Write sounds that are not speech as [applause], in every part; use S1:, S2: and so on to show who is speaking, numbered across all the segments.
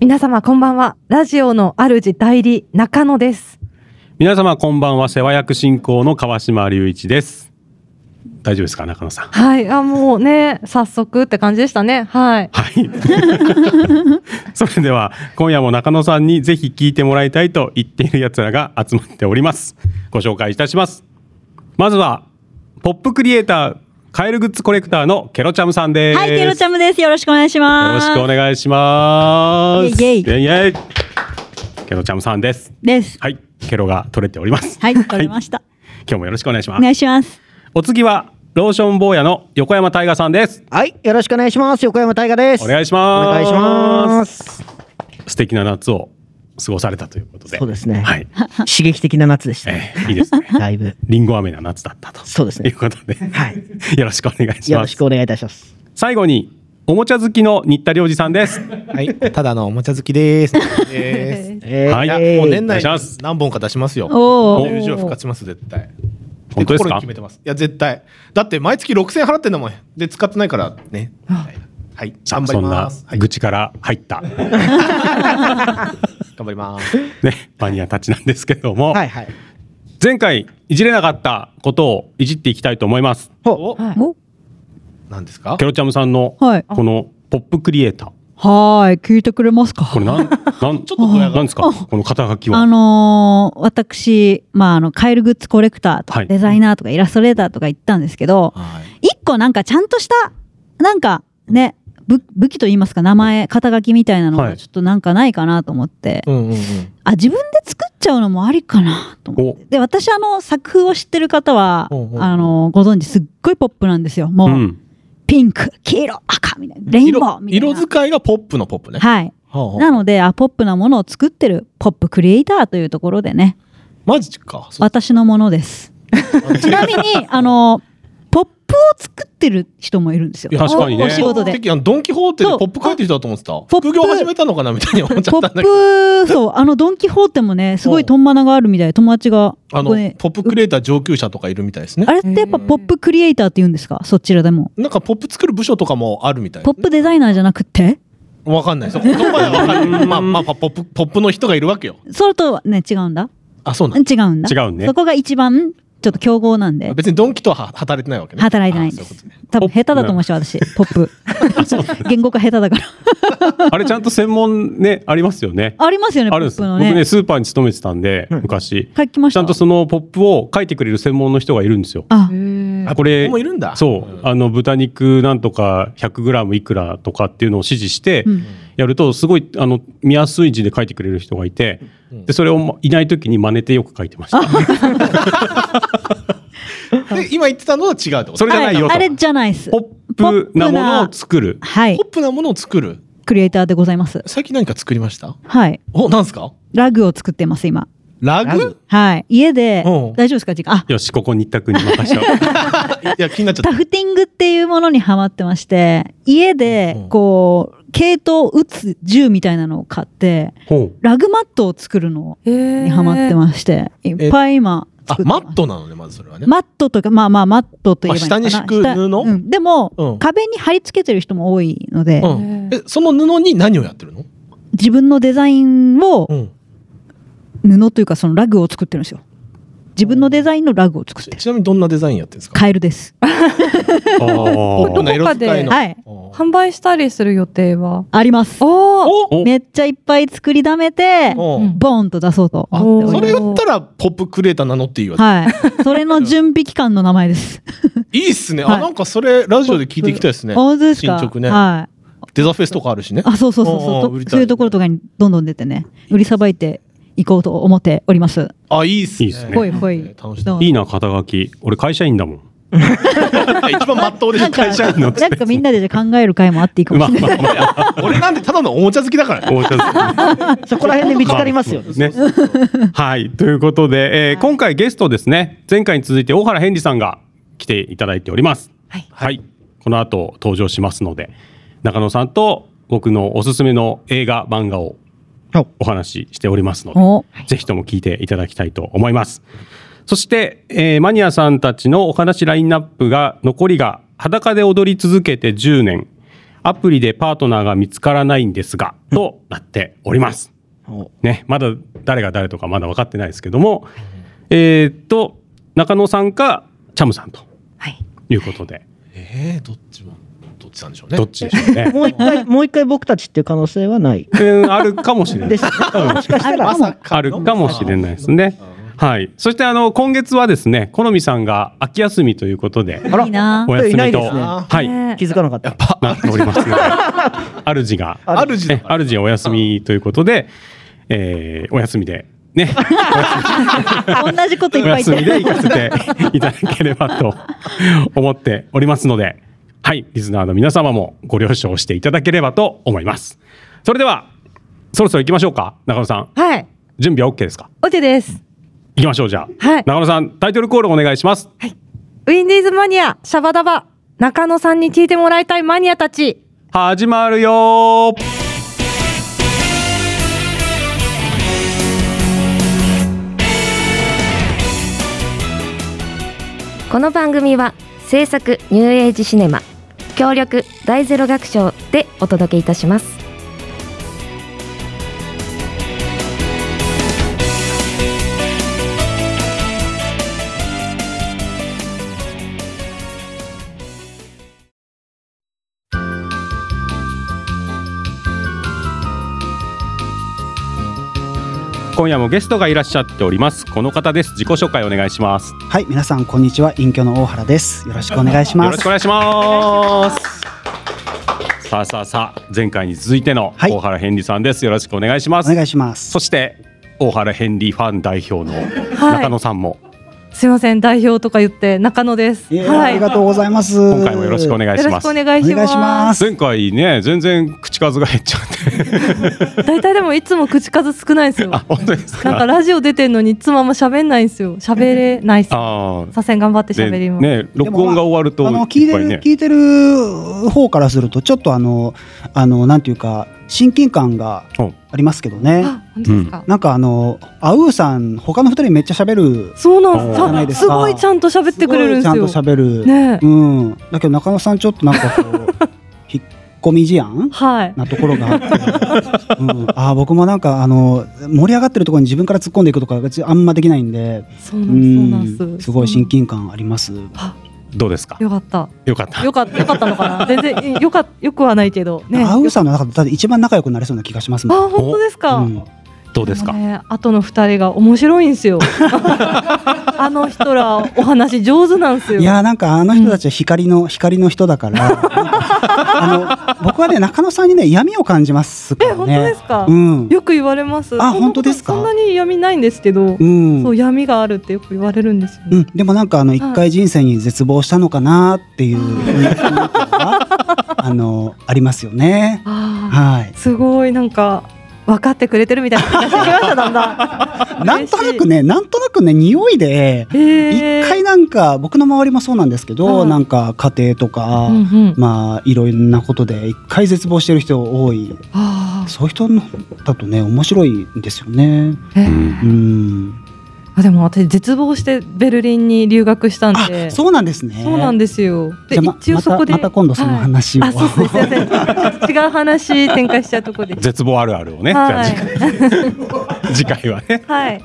S1: 皆様こんばんは。ラジオの主代理中野です。
S2: 皆様こんばんは世話役進行の川島隆一です大丈夫ですか中野さん
S1: はい。あ、もうね、早速って感じでしたね。はい。
S2: はい [laughs] それでは今夜も中野さんにぜひ聞いてもらいたいと言っている奴らが集まっておりますご紹介いたしますまずはポップクリエイターカエルグッズコレクターのケロチャムさんです
S3: はい、ケロちゃ
S2: ム
S3: ムです。よろしくお願いし
S2: よろ
S3: ます。
S2: しくお願いします
S3: イェイイ
S2: イイイイケロチャムさんです
S3: です。
S2: はいケロが取れております
S3: はい、わかりました。
S2: 今日もよろしくお願いします
S3: お願いします。
S2: お次はローション坊やの横山大我さんです。
S4: はい、よろしくお願いします。横山大河です。
S2: お願いします
S4: お願いします。
S2: 素敵な夏を過ごされたということで。
S4: そうですね
S2: はい。
S4: 刺激的な夏でしたね。。
S2: えーいいですね
S4: だいぶ。
S2: リンゴ飴な夏だったと。
S4: そうですね
S2: いうことで。
S4: はい。
S2: よろしくお願いし
S4: よ
S2: ま
S4: ろし
S2: す。
S4: くお願いいたします。
S2: 最後に、おもちゃ好きの新田良二さんです。
S5: はい、ただのおもちゃ好きです。です
S4: え
S2: はい
S5: いや
S2: え
S5: もう年
S2: お願い
S5: 内
S2: します
S5: 何本か出しますよ。
S3: お
S2: お
S3: ー
S5: 10以上復活します絶対。
S2: 本当です
S5: 心
S2: か
S5: に決めてます。いや絶対。だって毎月6000払ってんだもん。で使ってないからね。はい。
S2: さあ
S5: 頑張
S2: そ
S5: り
S2: んな
S5: ます。はい
S2: 愚痴から入った、ね、
S5: 頑張り [laughs] ます。
S2: マニアたちなんですけども、
S4: はいはい。
S2: 前回いじれなかったことをいじっていきたいと思います。
S4: ほ
S1: はい
S3: お
S5: 何ですか
S2: ケ？ロちゃムさんの、
S3: はい
S2: このポップクリエイター。
S3: はーい、聞いてくれますか
S2: これ
S3: [laughs]
S2: なん、なん、ちょっと
S5: ドヤ
S2: なんですかこの肩書きは。
S3: あのー私、まあ、あの、カエルグッズコレクターと
S2: は
S3: か、
S2: い
S3: デザイナーとか、イラストレーターとか言ったんですけど、
S5: はい。
S3: 一個なんかちゃんとした、なんかね、武武器と言いますか、名前、肩書きみたいなの
S2: は
S3: が
S2: い
S3: ちょっとなんかないかなと思って、
S5: うんうんうん。
S3: あ、自分で作っちゃうのもありかなと思って
S2: お
S3: で私あの作風を知ってる方は、
S5: うんうん
S3: あのご存知すっごいポップなんですよもう、
S2: うん。
S3: ピンク黄色赤みたいなレインボーみたいな
S5: 色色使いがポップのポップね。
S3: はい
S5: はあはあ
S3: なのであポップなものを作ってるポップクリエイターというところでね
S5: マジか。そう
S3: 私のものですちなみにあのポップを作ってる人もいるんですよ
S5: いや
S2: 確かにね
S3: おお仕事で
S5: てっきりあのドンキホーテで
S3: そう
S5: ポップ書いてる人だと思ってた。
S3: プ
S5: 副業始めたのかなみたいに思っちゃ
S3: ポ
S5: ったんだけど。
S3: ップそうあのドン・キホーテもねすごいトンマナがあるみたいで友達が
S5: あ
S3: こ
S5: の
S3: こね
S5: ポップクリエイター上級者とかいるみたいですね
S3: あ。れってやっぱポップクリエイターって言うんですかそちらでも
S5: なんかポップ作る部署とかもあるみたい
S3: ポップデザイナーじゃなくって
S5: わかんない。そう言葉でわ
S3: [laughs]
S5: かんない。まあまあポップポップの人がいるわけよ。
S3: それとはね違うんだ
S5: あそうなんだ。
S3: 違うんだ
S2: 違うね
S3: そこが一番ちょっと競合なんで
S5: 別にドンキとは働いてないわけね。
S3: 働いてないんで
S5: あそういう
S3: す
S5: ことね
S3: 多分下手だと思いました私ポップ言語化下手だから
S2: あれちゃんと専門ね、ありますよね。
S3: ありますよねポ
S2: あるんで
S3: ッ
S2: す。
S3: プの
S2: 僕
S3: ね
S2: ね、スーパーに勤めてたんで、昔。
S3: 書きまし
S2: ちゃ
S3: た
S2: んとそのポップを書いてくれる専門の人がいるんですよ。
S3: あ
S5: あ
S2: これ
S5: ここもいるんだ
S2: そう、あの豚肉なんとか 100g いくらとかっていうのを指示して
S3: うん
S2: やるとすごいあの見やすい字で書いてくれる人がいて、でそれをまいない時に真似てよく書いてました。
S5: で今言ってたのは違うってこと。
S2: それじゃないよ
S3: あ
S2: と。
S3: あれじゃないっす
S2: ポップなものを作る。
S3: はい
S5: ポップなものを作る。
S3: クリエイターでございます
S5: 最近何か作りました？
S3: はい
S5: おなんですか？
S3: ラグを作ってます今
S5: ラ
S4: ラ
S5: グ
S4: グ？
S3: はい家で
S5: うん
S3: 大丈夫ですか時間あ
S2: よし、ここに一択に任せた。
S3: [laughs]
S5: いや気になっちゃった
S3: タ。フティングっていうものにハマってまして家で
S5: うん
S3: こう系統を打つ銃みたいなのを買って
S2: ほう。
S3: ラグマットを作るのをにハマってまして、いっぱい今
S5: あ
S3: 作って
S5: マ
S3: ます
S5: ットなのねまずそれはね。
S3: マットとかまあまあマットといえばいいのかな
S5: まあ下に敷く
S3: 下
S5: 布
S3: うんでも、
S5: うん
S3: 壁に貼り付けてる人も多いので、
S5: うん。えその布に何をやってるの？
S3: 自分のデザインを
S5: うん。
S3: 布というかそのラグを作ってるんですよ自分のデザインのラグを作って
S5: ち
S3: る
S5: ちなみにどんなデザインやってるんですか？
S3: カエルです
S2: あ
S5: ポップ
S2: ー
S5: な色使いの。
S3: はい
S5: お
S1: 販売したりする予定は
S3: あります
S1: おー
S5: お。
S2: お
S3: めっちゃいっぱい作りだめて
S5: お
S1: うん
S3: ボーンと出そうと
S5: あ
S3: 思ってお
S5: そ
S3: ります
S5: れ言ったらポップクリエイター名乗っていいわけ。
S3: はいそれの準備期間の名前です
S5: いいっすね。
S3: は
S5: あ、
S3: い
S5: なんかそれ、ラジオで聞いていきたいです
S3: [laughs]
S5: ね。
S3: 本当ですか
S5: 進捗ね
S3: はい
S5: デザフェスとかあるしね。
S3: あ、そうそうそう
S5: おうお
S3: そうう
S5: 売り
S3: と、
S5: た
S3: そ
S5: い
S3: ういうところとかにどんどん出てね、売りさばいていこうと思っております。
S5: あ、いいっすね。
S2: いいっすね
S3: ほいほい
S5: 楽し
S3: ど
S5: み
S3: う。
S2: いいな、肩書き。俺会社員だ
S1: [laughs]
S2: もん。
S5: 一番まっとうでし
S3: な
S5: ょ、
S3: んか、
S5: 会社員
S3: な
S5: の
S3: ん。かみんなでじゃあ考える会もあっていいかも
S2: まあ
S3: しれない。
S2: まあまあ。
S5: 俺なんてただのおもちゃ好きだから。
S2: お茶漬け
S4: う。そこら辺で見つかりますよ。
S2: ね。はい。ということで、えー今回ゲストですね、前回に続いて大原ヘンリさんが来ていただいております。
S1: はい
S2: この後登場しますので、中野さんと僕のおすすめの映画、漫画を
S4: はい
S2: お話ししておりますので、
S3: [laughs] お、
S2: ぜひとも聞いていただきたいと思います。そして、えーマニアさんたちのお話ラインナップが残りが裸で踊り続けて10年。アプリでパートナーが見つからないんですが、となっております。
S4: お
S2: ね、まだ誰が誰とかまだ分かってないですけども、えーっと、中野さんか、チャムさんと
S1: はい。
S2: いうことで、
S5: ええどっちもどっちなんでしょうね
S2: どっちでしょうね。 [laughs]
S4: もう一回、もう一回僕たちっていう可能性はない。
S2: うんあるかもしれない。
S4: です。もしかしたら、
S3: あ
S2: あるかもしれないですね。はい。そして、あの、今月はですね、好みさんが秋休みということで、
S4: あら
S3: いいな
S2: お休
S4: いな
S2: み
S4: い
S2: と、
S4: ですね
S2: はい、
S1: ね
S4: 気づかなかった。
S2: なっておりますので、主が、
S5: あるじ
S2: ね、主はお休みということで、えーお休みで、ね、
S3: 同じこといっ
S2: お
S3: ぱい
S2: 休
S3: 言っ
S2: み
S3: て
S2: で行かせていただければと思っておりますので、はい、リスナーの皆様もご了承していただければと思います。それでは、そろそろ行きましょうか、中野さん。
S1: はい。
S2: 準備は OK ですか
S1: オケです。
S2: 行きましょう、じゃあ。
S1: はい
S2: 中野さん、タイトルコールお願いします。
S1: ウィンディーズマニア、シャバダバ、中野さんに聞いてもらいたいマニアたち。
S2: 始まるよー
S6: この番組は制作ニューエイジシネマ協力大ゼロ学賞でお届けいたします
S2: 今夜もゲストがいらっしゃっております。この方です。自己紹介お願いします。
S7: はい、皆さんこんにちは、隠居の大原です。よろしくお願いし
S2: よ
S7: ま
S2: ろしく
S7: す。
S2: お願いします。さあさあさあ、前回に続いての
S7: はい
S2: 大原ヘンリーさんです。よろしくお願いしま
S7: お願
S2: す。
S7: いします。
S2: そして大原ヘンリーファン代表の
S1: い
S2: 中野さんも
S1: すいません、代表とか言って、中野です。
S7: いやありがとうございます。
S2: 今回もよろしくお願い
S1: よ
S2: し
S1: ろ
S2: ま
S1: しく
S2: す
S1: お。願いし
S7: お願いし
S1: ま。
S7: ますす
S2: 前回ね、全然口数が減っちゃって、
S1: [laughs] 大体でもいつも口数少ないんですよ。
S2: あ本当です
S1: なんか
S2: か。
S1: ラジオ出てんのにいつもあんま喋んないんですよ。喋れないっす。
S2: ああ、
S1: 左遷頑張って
S2: で
S1: 喋ります。
S2: ね、録音が終わると
S7: あの聞い
S2: いってぱい
S7: る、
S2: ね。
S7: 聞いてる方からするとちょっとあのあのなんていうか親近感が
S2: うん
S7: ありますけどね。
S1: あ、本当ですか。
S7: なんかあのアウーさん他の二人めっちゃ喋る。
S1: そうなんです
S2: そうじゃない
S7: で
S1: あ。
S7: す
S1: す
S7: か
S1: ごいちゃんと喋ってくれるんですよ。
S7: ごいちゃんと喋る。
S1: ねえ
S7: うん。だけど中野さんちょっとなんかこ
S2: [laughs]
S7: う引っ込み思案？
S1: はい。
S7: なところがあって、うん、あー僕もなんかあの盛り上がってるところに自分から突っ込んでいくとか別にあんまできないんで
S1: そうなんです。そううんなんです。
S7: すごい親近感あります。
S2: どうですか。
S1: よかった。
S2: よかった。
S1: よかった。よかったのかな。全然よかよくはないけどね。
S7: アウ
S1: よ
S7: ーさんの中で多分一番仲良くなれそうな気がします
S1: あ、
S7: もん。
S1: 本当ですか。
S7: うん
S2: どうですか。
S1: ね、後の二人が面白いんですよ。 [laughs] あの人らお話上手なんですよ。
S7: いやーなんかあの人たちは光の、光の人だからなんかあ
S1: [laughs]
S7: の僕はね中野さんにね闇を感じますか
S1: え
S7: ら
S1: 本当
S7: ね
S1: ですか、
S7: うん
S1: よく言われます。
S7: あ
S1: そんなこと
S7: 本当ですか
S1: そんなに闇ないんですけど、
S7: うん
S1: そう闇があるってよく言われるんですよ、
S7: う
S1: ね
S7: ん、でもなんかあの一回人生に絶望したのかなっていう雰囲気
S1: [laughs]
S7: があのありますよね。
S1: あ
S7: はい
S1: ー。すごいなんか分かってくれてるみたいな話しましただんだん。
S7: [laughs] なんとな
S1: 嬉し
S7: く
S1: い。
S7: ね、なんとなくね、匂いで、
S1: えー
S7: 一回なんか、僕の周りもそうなんですけ
S1: は
S7: ど、
S1: い
S7: なんか家庭とか
S1: うん、うん。
S7: まあ、いろんなことで、一回絶望してる人多い。
S1: あー
S7: そういう人のだとね、面白いんですよね。
S1: え
S2: う
S1: ー
S2: ん
S7: うん。
S1: あでも私絶望してベルリンに留学したんで
S7: あ、そうなんですね。
S1: そうなんですよで
S7: じゃあま
S1: 一応そこで
S7: またまた今度その話を
S1: はいあそうですね違う話展開しちゃうとこ
S7: [laughs]
S1: で
S2: 絶望あるあるをね、じゃあ
S1: はい
S2: 次回 [laughs] 次回はね。
S1: はい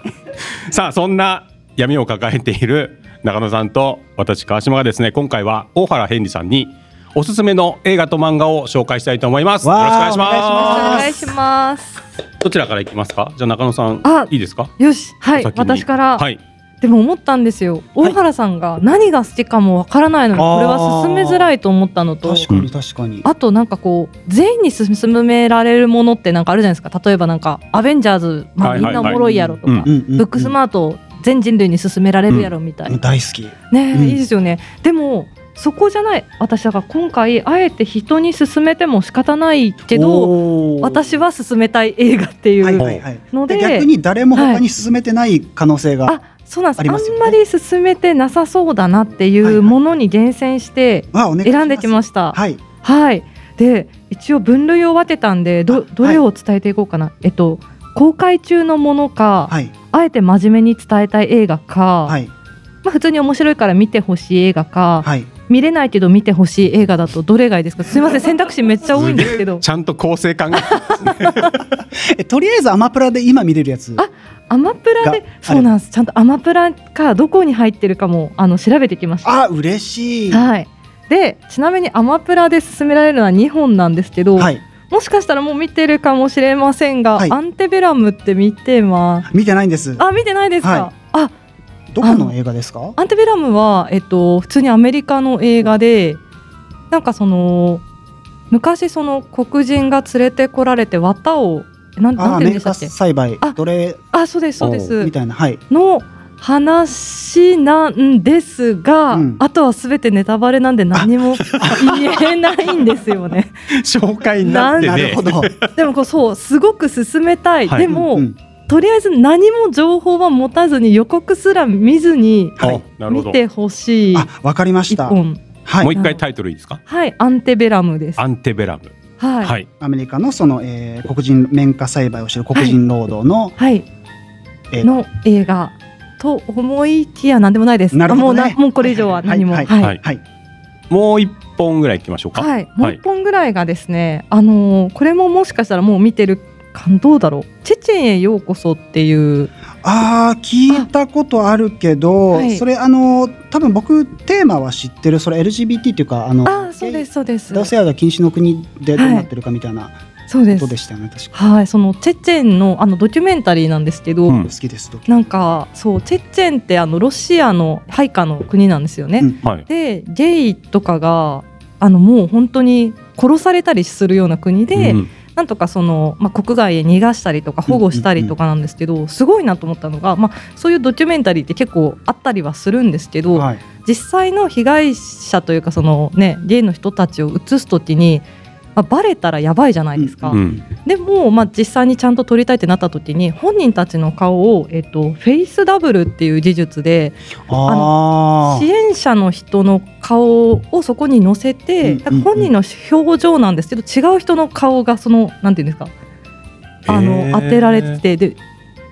S2: さあそんな闇を抱えている中野さんと私川島がですね今回は大原ヘンリさんにおすすめの映画と漫画を紹介したいと思いますよろしくお
S7: わ
S2: 願
S7: あ
S2: いしま
S1: お
S2: す
S1: 願いします
S2: どちらからいきますかじゃあ中野さん
S1: あ
S2: いいですか
S1: よしはい
S2: お先に
S1: 私から、
S2: はい
S1: でも思ったんですよ大原さんが何が好きかもわからないのに
S7: あー
S1: これは進めづらいと思ったのと
S7: 確かに、確かに。
S1: あとなんかこう全員に勧められるものってなんかあるじゃないですか例えばなんか「アベンジャーズ」まあ、
S2: はい
S1: みん
S2: はいは
S1: ないおもろいやろとか、
S2: うん
S7: うんうん
S1: ブックスマート全人類に勧められるやろみたいな、
S7: うん大好き。
S1: ねえ、
S7: うん
S1: いいですよねでもそこじゃない私だから今回あえて人に勧めても仕方ないけど
S7: おー、
S1: 私は勧めたい映画っていう
S7: は
S1: の
S7: い
S1: で、
S7: はいはい。で逆に誰も他に進めてない可能性が、
S1: あそうなんですあ
S7: ありますよ
S1: ん
S7: ね
S1: まり勧めてなさそうだなってい
S7: はいは
S1: う
S7: い
S1: ものに厳選して
S7: あお願い
S1: 選んできました。はい、
S7: はい。
S1: で一応分類を分けたんでどどれを伝えていこうかな、えっと公開中のものか、
S7: はい。
S1: あえて真面目に伝えたい映画か、
S7: はい。
S1: まあ、普通に面白いから見てほしい映画か、
S7: はい。
S1: 見れないけど見てほしい映画だとどれがいいですかすいません選択肢めっちゃ多いんですけど
S2: ちゃんと構
S1: [laughs]
S2: 成考え
S7: えとりあえずアマプラで今見れるやつ
S1: あアマプラで
S7: が
S1: そうなんですちゃんとアマプラかどこに入ってるかもあの調べてきました
S7: あ嬉しい
S1: はいでちなみにアマプラで勧められるのは2本なんですけど、
S7: はい
S1: もしかしたらもう見てるかもしれませんが、
S7: はい
S1: アンテベラムって見てます
S7: 見てないんです
S1: あ見てないですか、
S7: は
S1: あ
S7: どこの映画ですか
S1: アンテベラムは、えっと、普通にアメリカの映画でなんかその昔その黒人が連れてこられて綿をなん
S7: あ
S1: な
S7: ア
S1: んて
S7: メ
S1: 言うんで
S7: リ
S1: した
S7: カ
S1: っけ
S7: 栽培
S1: あ
S7: 奴隷
S1: あそうですそうで
S7: み
S1: す
S7: たいなはい
S1: の話なんですが、
S7: うん
S1: あとはすべてネタバレなんで何も言えないんですよね。
S2: て紹介になって
S1: な
S7: な
S1: で
S7: る
S2: ね
S7: ほど
S1: [laughs] でもこうそうすごく進めたい、
S2: はい
S1: でも、
S7: うん
S1: とりあえず何も情報は持たずに予告すら見ずに
S2: あなるほ
S1: 見
S2: ど
S1: てほしい
S7: あわかりまし
S1: 一
S7: た
S1: 本
S7: は
S2: もう
S7: い
S2: 一回タイトルいいですか
S1: はいアンテベラムです。
S2: アンテベラム
S1: はい、
S2: は
S1: はい
S2: い
S7: アメリカのそのえー黒人綿花栽培をしてる黒人労働のえー
S1: の映画と思いきや何でもないです。
S7: なるほどね
S1: もうなもうこれ以上は何も。
S7: はい
S1: はい
S2: はい
S7: はい
S2: もう一本ぐらい行きましょうか
S1: はい、もう一本ぐらいがですね、あのーこれももしかしたらもう見てるかどうだろう「チェチェンへようこそ」っていう
S7: あー聞いたことあるけど、
S1: はい
S7: それあの多分僕テーマは知ってるそれ LGBT っていうかあの
S1: ああそうですそうです
S7: 同性愛が禁止の国でどうなってるかみたいな
S1: そうで
S7: こと
S1: す
S7: でしたよね、確か
S1: はいそのチェチェンのあのドキュメンタリーなんですけど、
S2: うん
S7: 好きですと、
S1: なんかそうチェチェンってあのロシアの配下の国なんですよね、
S7: うん
S2: はい
S1: でゲイとかがあのもう本当に殺されたりするような国で、
S2: うん
S1: なんとかその、まあ、国外へ逃がしたりとか保護したりとかなんですけど、すごいなと思ったのが、まあ、そういうドキュメンタリーって結構あったりはするんですけど、
S7: はい、
S1: 実際の被害者というかその、ね、ゲイの人たちを映す時に、まあ、バレたらやばいじゃないですか、
S2: うん
S1: でも、まあ、実際にちゃんと撮りたいってなった時に本人たちの顔を、えっと、フェイスダブルっていう技術で
S7: あ
S1: 支援者の人の顔をそこに載せて、
S7: うん
S1: だから本人の表情なんですけど違う人の顔がそのなんていうんですかあ
S2: へ
S1: の当
S2: ー
S1: てられててで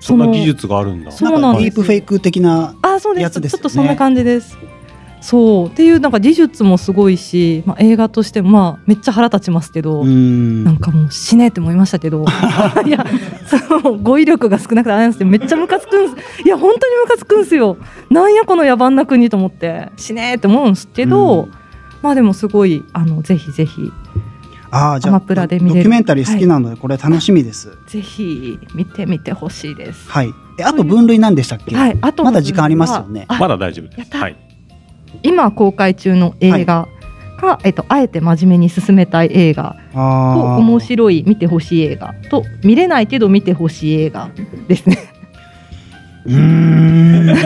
S2: そんな
S1: その
S2: 技術があるんだ
S1: そうなん
S7: か
S1: です
S7: ディープフェイク的な
S1: あそうで
S7: や
S1: す
S7: つです
S1: ち
S7: よ
S1: ょ
S7: ね
S1: っとそんな感じです。そうっていうなんか技術もすごいし、まあ、映画としてもまあめっちゃ腹立ちますけど、
S7: うーん
S1: なんかもう死ねえって思いましたけ
S7: [laughs]
S1: どいやその語彙力が少なくてあれなんですけどめっちゃムカつくんすいや本当にムカつくんすよなんやこの野蛮な国と思って死ねえって思うんすけど、
S7: うん
S1: まあでもすごいあのぜひぜひ
S7: あーじゃあ
S1: アマプラで見れる
S7: ドキュメンタリー好きなのでこれ楽しみです
S1: ぜひ見てみてほしいです。
S7: はい、えあと分類なんでしたっけ、
S1: はい、あと
S7: まだ時間ありますよね
S1: あ
S2: まだ大丈夫で
S1: やっ
S2: す
S1: た
S2: はい
S1: 今公開中の映画か、えっと、あえて真面目に進めたい映画と
S7: あ
S1: 面
S7: ー
S1: 白い見てほしい映画と見れないけど見てほしい映画です
S7: [laughs]
S1: ね
S7: うーん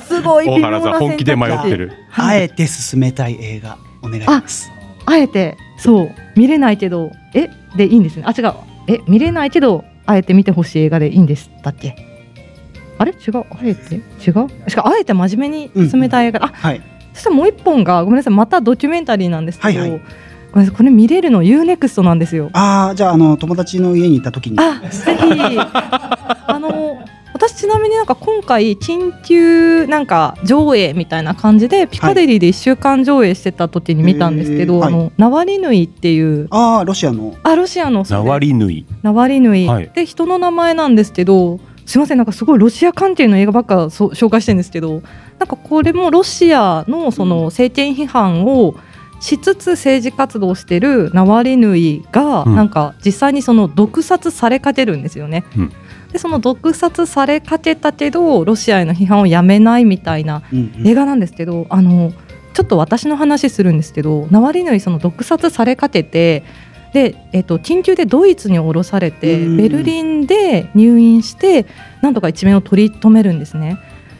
S1: すごい微
S2: 大
S1: 妙な
S2: 原さん本気で迷ってる
S7: あえて進めたい映画お願いします
S1: あえてそう見れないけどえでいいんですねあ違うえ見れないけどあえて見てほしい映画でいいんですだっけあれ違うあえて違うしかもあえて真面目に進めたい映画、あ
S7: はい
S1: そしたらもう一本がごめんなさいまたドキュメンタリーなんですけど、
S7: はいはい
S1: ごめんなさいこれ見れるの UNEXT なんですよ
S7: ああじゃああの友達の家にいた時に
S1: あぜ
S7: [laughs]
S1: ひあの私ちなみになんか今回緊急なんか上映みたいな感じでピカデリーで1週間上映してた時に見たんですけど、
S7: へーはい
S1: あのナワリヌイっていう
S7: ああロシアの
S1: あロシアの
S2: ナワリヌイ
S1: ナワリヌイ、
S2: はい
S1: で人の名前なんですけどすいませんなんかすごいロシア関係の映画ばっかそう紹介してるんですけどなんかこれもロシアのその政権批判をしつつ政治活動をしてるナワリヌイが
S2: うん
S1: なんか実際にその毒殺されかけるんですよね。
S2: うん
S1: でその毒殺されかけたけどロシアへの批判をやめないみたいな
S7: うんうん
S1: 映画なんですけどあのちょっと私の話するんですけどナワリヌイその毒殺されかけてで、えっと緊急でドイツに降ろされて
S7: うん
S1: ベルリンで入院してなんとか一命を取り留めるんですね。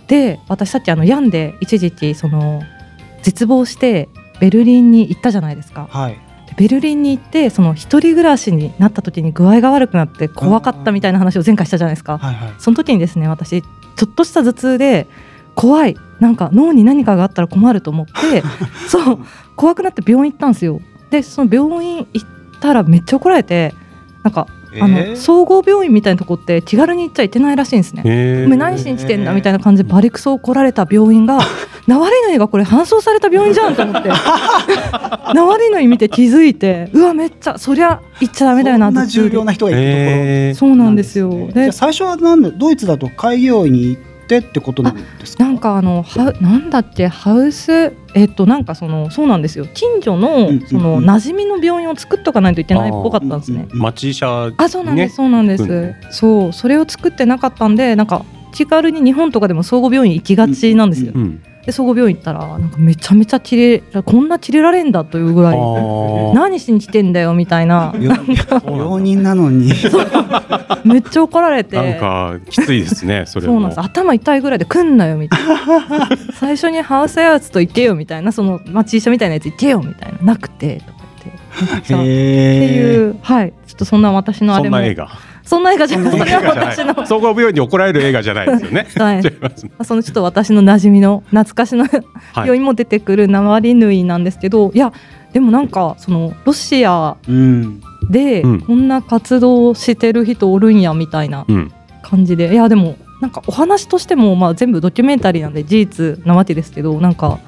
S1: で私さっきあの病んで一時期その絶望してベルリンに行ったじゃないですか。
S7: はい
S1: でベルリンに行ってその一人暮らしになった時に具合が悪くなって怖かったみたいな話を前回したじゃないですか。
S7: はいはい
S1: その時にですね私ちょっとした頭痛で怖いなんか脳に何かがあったら困ると思って
S7: [laughs]
S1: そう怖くなって病院行ったんですよでその病院行ったらめっちゃ怒られてなんか、あの総合病院みたいなとこって気軽に行っちゃいけないらしいんですね。
S2: へ
S1: お
S2: ー
S7: [laughs]
S1: 前何しに来てんだみたいな感じでバリクソ怒られた病院がナワリヌイがこれ搬送された病院じゃんと思ってナワリヌイ見て気づいてうわめっちゃそりゃ行っちゃダメだよな
S7: そんな重量な人がいるところ、
S2: えー
S1: そうなんですよ
S7: ねじゃ
S1: で
S7: あ最初はなんでドイツだと開業医に行ってってことなんですか
S1: なんかあのハウなんだっけハウスえっとなんかそのそうなんですよ近所の
S7: うん
S1: その
S7: うん
S1: 馴染みの病院を作っとかないといけないっぽかったんですね
S7: う。う
S2: 町医者
S1: あそうなんです、
S2: ね
S1: そうなんです、
S2: うん
S1: そうそれを作ってなかったんでなんか気軽に日本とかでも総合病院行きがちなんですよ、
S2: うん
S1: で総合病院行ったらなんかめちゃめちゃ切れこんな切れられんだというぐ
S2: あ
S1: らい
S2: ー
S1: 何しに来てんだよみたいな
S2: そうなんだ
S7: 病人なのに
S1: めっちゃ怒られて
S2: なんかきついですね
S1: [laughs]
S2: それ
S1: そうなん
S2: も
S1: です頭痛いぐらいで来んなよみたいな
S2: [laughs]
S1: 最初にハウスアーツと行けよみたいなその町医者みたいなやつ行けよみたいななくてとか言って。
S7: へ
S1: さって
S7: え
S1: いう、はい、ちょっとそんな私のあ
S2: そ
S1: れ
S2: ん
S1: も
S2: な映画
S1: そんな映画じゃ [laughs] ない、
S2: そん
S1: そ
S2: な
S1: れ
S2: 映
S1: は
S2: 画じ
S1: 私
S2: ゃな
S1: の
S2: い、総合病院に怒られる映画じゃないですよ [laughs] ね
S1: [laughs] はい
S2: 違いますね
S1: そのちょっと私の馴染みの懐かしの [laughs]
S2: はい
S1: 病院も出てくるナワリヌイなんですけど、い、やでもなんかそのロシア
S7: うん
S1: で
S2: うん
S1: こんな活動してる人おるんやみたいな
S2: うん
S1: 感じで、いやでもなんかお話としてもまあ全部ドキュメンタリーなんで事実なわけですけどなんか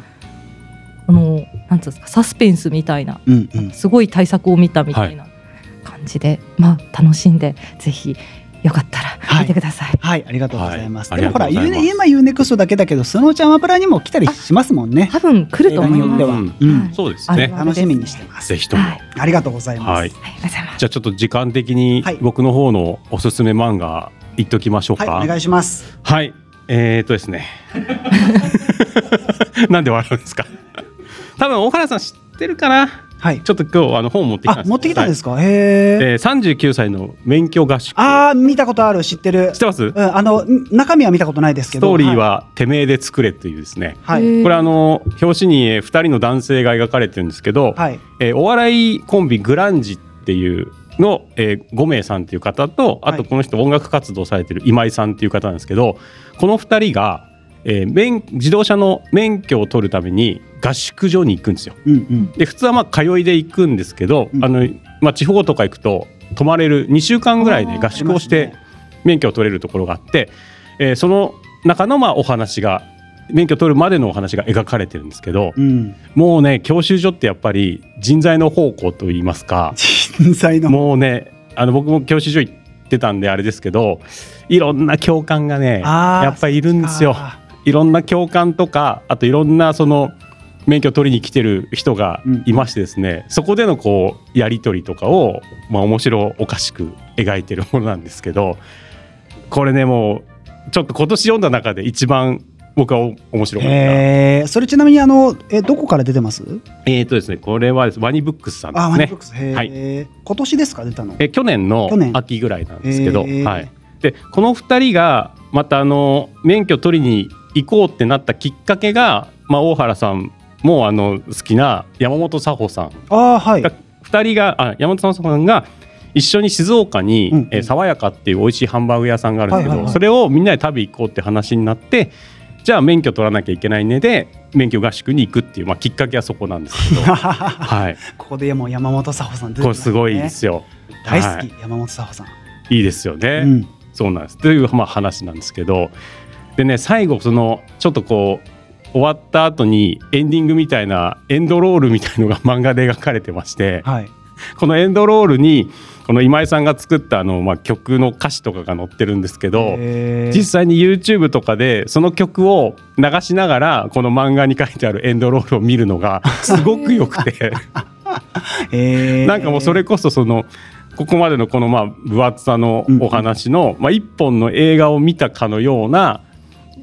S1: あのなんつうんですかサスペンスみたいな
S7: うんうん
S1: すごい対策を見たみたいな感じで、まあ楽しんでぜひよかったら
S7: はい
S1: 見てください。
S7: はいありがとうございます、
S2: はい
S7: でもほ
S2: あ
S7: ら
S2: りがとうございます
S7: 今 UNEXT だけだけどそのうちアマプラにも来たりしますもんね
S1: 多分来ると思い
S7: 映画
S1: ます。
S7: によ
S1: は
S7: っ
S1: い、
S7: ては
S2: う
S7: うんん
S2: そうです
S1: あり
S2: ね
S1: が
S7: 楽しみにしてます
S2: ぜひとも
S1: はい
S7: ありがとうございます
S2: はい
S1: ありがとうございます。
S2: じゃあちょっと時間的に
S7: はい
S2: 僕の方のおすすめ漫画言っときましょう
S7: はい、
S2: か
S7: お願いします
S2: はい、えー、っとですね。 [laughs] なんで笑うんですか。多分大原さん知ってるかな。
S7: はい
S2: ちょっと今日あの本持ってきたんで
S7: あ
S2: す。。
S7: 持ってきたんですすか、へえ
S2: え三十九歳の免許合宿。
S7: あー見たことある知ってる
S2: 知ってます。
S7: うん、あのん中身は見たことないですけ
S2: ス
S7: ど
S2: トーリーはてめえで作れというですね。
S7: はい、はい
S1: へー
S2: これあの表紙にえー二人の男性が描かれてるんですけど、
S7: はい
S2: えーお笑いコンビグランジっていうの、えー、5名さんっていう方とあ
S7: は
S2: と
S7: い
S2: この人音楽活動されてる今井さんっていう方なんですけどこの2人が、えー免自動車の免許を取るために合宿所に行くんですよ。
S7: うんうん
S2: で普通はまあ通いで行くんですけど、
S7: うん
S2: あのまあ、地方とか行くと泊まれる2週間ぐらいで合宿をし
S7: あ
S2: て
S7: ります
S2: 免許を取れるところがあって、えーその中のまあお話が免許取るまでのお話が描かれてるんですけど、 [laughs]
S7: うん
S2: もうね教習所ってやっぱり人材の宝庫といいますか
S7: 人材の
S2: もうねあの僕も教習所行ってたんであれですけどいろんな教官がね
S7: あー
S2: やっぱりいるんですよ。
S7: あー
S2: いろんな教官とかあといろんなその免許取りに来てる人がいましてですね、そこでのこうやり取りとかを、まあ、面白おかしく描いてるものなんですけどこれねもうちょっと今年読んだ中で一番僕はお面白かった。え
S7: えー、それちなみにあのえどこから出てます
S2: ーとですねこれはですワニブックスさんで
S7: あ、ワ
S2: す
S7: ニ
S2: ね
S7: ブッ。クス、へー
S2: はい
S7: 今年ですか出たの
S2: え去年の
S7: 去年
S2: 秋ぐらいなんですけど、
S7: へー
S2: はい、でこの2人がまたあの免許取りに行こうってなったきっかけが、まあ、大原さんもあの好きな山本佐穂さん
S7: あーはい
S2: が2人
S7: [laughs]
S2: があ山本佐穂さんが一緒に静岡に、
S7: うんうん
S2: えー爽やかっていう美味しいハンバーグ屋さんがあるんですけど、
S7: はいはいはい。
S2: それをみんなで食べ行こうって話になってじゃあ免許取らなきゃいけないねで免許合宿に行くっていう、まあ、きっかけはそこなんですけど
S7: [laughs]
S2: はい、
S7: ここでもう山本佐穂さん出てき
S2: これ
S7: ました
S2: す
S7: ね
S2: ごいですよ。
S7: 大好き、
S2: は
S7: 山本佐穂さん、
S2: い、いいですよね。
S7: うん、
S2: そうなんですという、まあ、話なんですけどでね最後そのちょっとこう終わった後にエンディングみたいなエンドロールみたいのが漫画で描かれてまして
S7: はい
S2: このエンドロールにこの今井さんが作ったあの、まあ、曲の歌詞とかが載ってるんですけど
S7: へー
S2: 実際に YouTube とかでその曲を流しながらこの漫画に書いてあるエンドロールを見るのがすごく良くて。
S7: へー
S2: なんかもうそれこそそのここまでのこのまあ分厚さのお話の、まあ、一本の映画を見たかのような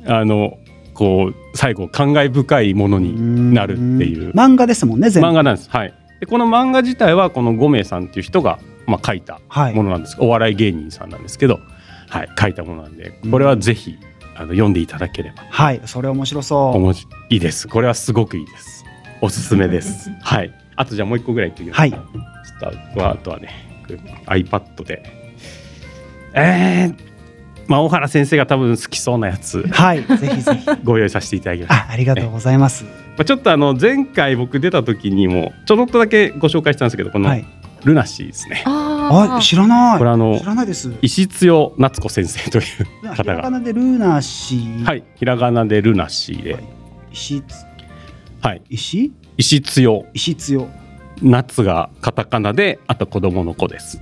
S2: あのこう最後感慨深いものになるっていう
S7: うん漫画ですもんね全部
S2: 漫画なんです。はい、でこの漫画自体はこの五名さんっていう人が、まあ、書いた
S7: はい
S2: ものなんです、お笑い芸人さんなんですけど、はい、書いたものなんでこれはぜひあの読んでいただければ
S7: はいそれ面白
S2: お
S7: そう
S2: もしいいです。これはすごくいいです。おすすめです。はい。あとじゃあもう一個ぐらい言ってください。
S7: はい
S2: ちょっとあとはあとはね、これ iPad で。えー、まあ大原先生が多分好きそうなやつ
S7: はいぜ
S2: [laughs]
S7: ひぜひ
S2: ご用意させていただき [laughs] ました。
S7: あありがとうございます、
S2: まあちょっとあの前回僕出た時にもちょろっとだけご紹介したんですけど、この
S7: はい
S2: ルナシーですね。
S1: あ
S7: あ知らない
S2: これあの
S7: 知らないです
S2: 石強夏子先生という
S7: ひ
S2: 方
S7: ら
S2: が
S7: がなでルーナー氏、
S2: はい、ひらがなでルナシーで、
S7: はい石つ
S2: はい、
S7: 石
S2: 石強
S7: 石強
S2: 夏がカタカナであと子供の子です、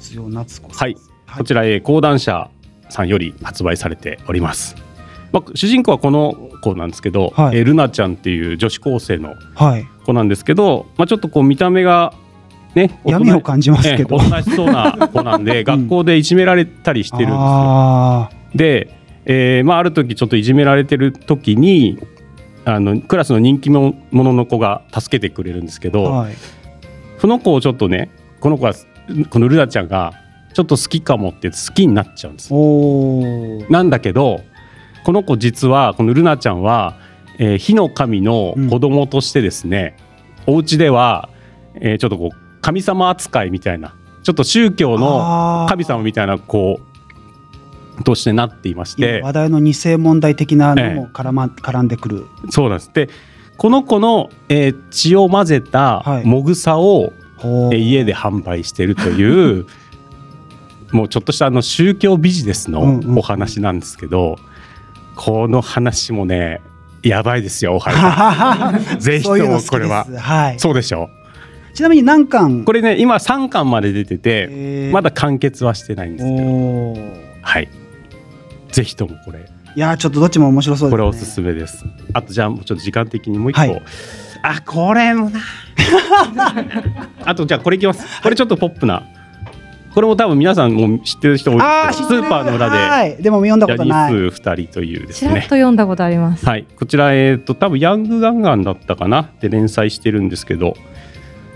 S7: 強夏子さん
S2: はいこちら、えー講談社さんより発売されております、まあ、主人公はこの子なんですけど、
S7: はい
S2: えールナちゃんっていう女子高生の
S7: はい、
S2: 子なんですけど、まあ、ちょっとこう見た目がね大人
S7: 闇を感じますけど、
S2: ええおとなしそうな子なん
S7: [laughs]
S2: で、学校でいじめられたりしてるんですよ。
S7: あ
S2: で、えーまあ、ある時ちょっといじめられてる時にあのクラスの人気者の子が助けてくれるんですけ
S7: ー
S2: ど、
S7: はい
S2: その子をちょっとねこの子はこのルナちゃんがちょっと好きかもって好きになっちゃうんです。
S7: おー
S2: なんだけどこの子実はこのルナちゃんは、えー火の神の子供としてですね、お家では、えーちょっとこう神様扱いみたいなちょっと宗教の
S7: あー
S2: 神様みたいな子としてなっていまし
S7: 今
S2: て
S7: 話題の二世問題的なのも絡,、ま絡んでくる
S2: そうなんですでこの子の、えー血を混ぜた
S7: はい
S2: もぐさを、
S7: ほ
S2: えー
S7: う [laughs]
S2: 家で販売してるというもうちょっとしたあの宗教ビジネス
S7: うんうんう
S2: の
S7: ん
S2: お話なんですけど、この話もねやばいですよお
S7: は
S2: 話
S7: はは [laughs] は
S2: ぜひと
S7: そういう
S2: も
S7: の好きです
S2: これは
S7: はい
S2: そうでしょ
S7: ちなみに何巻
S2: これね今3巻まで出てて、
S7: えー
S2: まだ完結はしてないんですけど
S7: おー
S2: はいぜひともこれ
S7: いやーちょっとどっちも面白そうです、ね、
S2: これおすすめです。あとじゃあもうちょっと時間的にもう一個。
S7: はい
S2: あこれもな。あとじゃあこれいきます。これちょっとポップな。これも多分皆さんも知ってる人多い
S7: あー
S2: です
S7: 知
S2: けどス
S7: ってる
S2: ーパーの裏で。
S7: はいでも読んだこと
S2: ヤ
S7: ない
S2: ニス二人というです
S1: ちらっと
S2: ね。
S1: 読んだことあります。
S2: はい、こちら、えー、と多分ヤングガンガンだったかなで連載してるんですけど、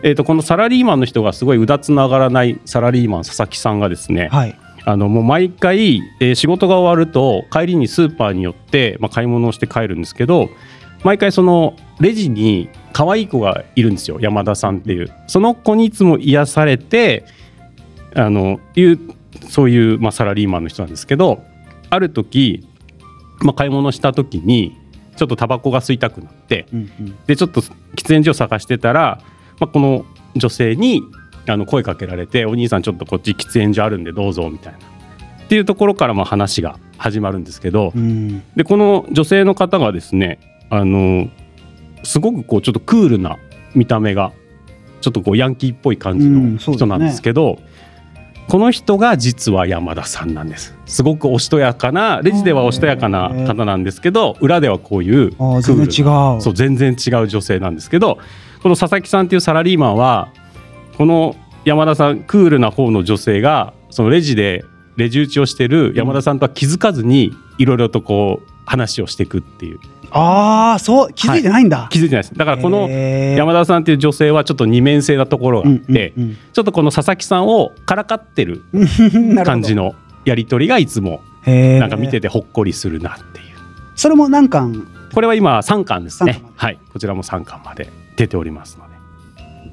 S2: えー、とこのサラリーマンの人がすごいうだつの上がらないサラリーマン佐々木さんがですね、
S7: はい
S2: あのもう毎回、えー仕事が終わると帰りにスーパーに寄って、まあ、買い物をして帰るんですけど毎回そのレジに可愛い子がいるんですよ山田さんっていうその子にいつも癒されてあのいうそういう、まあ、サラリーマンの人なんですけどある時、まあ、買い物した時にちょっとタバコが吸いたくなって
S7: うんうん
S2: でちょっと喫煙所を探してたら、まあ、この女性にあの声かけられて「お兄さんちょっとこっち喫煙所あるんでどうぞ」みたいな。っていうところからまあ話が始まるんですけど、
S7: うん
S2: でこの女性の方がですねあのすごくこうちょっとクールな見た目がちょっとこうヤンキーっぽい感じ
S7: うん
S2: の
S7: そうです
S2: 人
S7: ね
S2: なんですけど、この人が実は山田さんなんですすごくおしとやかなレジではおしとやかな方なんですけど裏ではこういうク
S7: あ
S2: ー
S7: ー
S2: ル
S7: 全
S2: な
S7: 然違う
S2: そう全然違う女性なんですけどこの佐々木さんっていうサラリーマンはこの山田さんクールな方の女性がそのレジでレジ打ちをしてる山田さんとは気づかずにいろいろとこう話をしていくっていう
S7: ああそう気づいてないんだ、
S2: 気づいてないですだからこの
S7: へー
S2: 山田さんっていう女性はちょっと二面性なところがあって、
S7: うんうん
S2: ちょっとこの佐々木さんをからかってる
S7: うんなるほ
S2: [laughs]
S7: ど
S2: 感じのやり取りがいつも
S7: へー
S2: なんか見ててほっこりするなっていう。
S7: それも何巻
S2: これは今3巻です
S7: 三
S2: ね
S7: 巻。
S2: はい、こちらも3巻まで出ておりますので、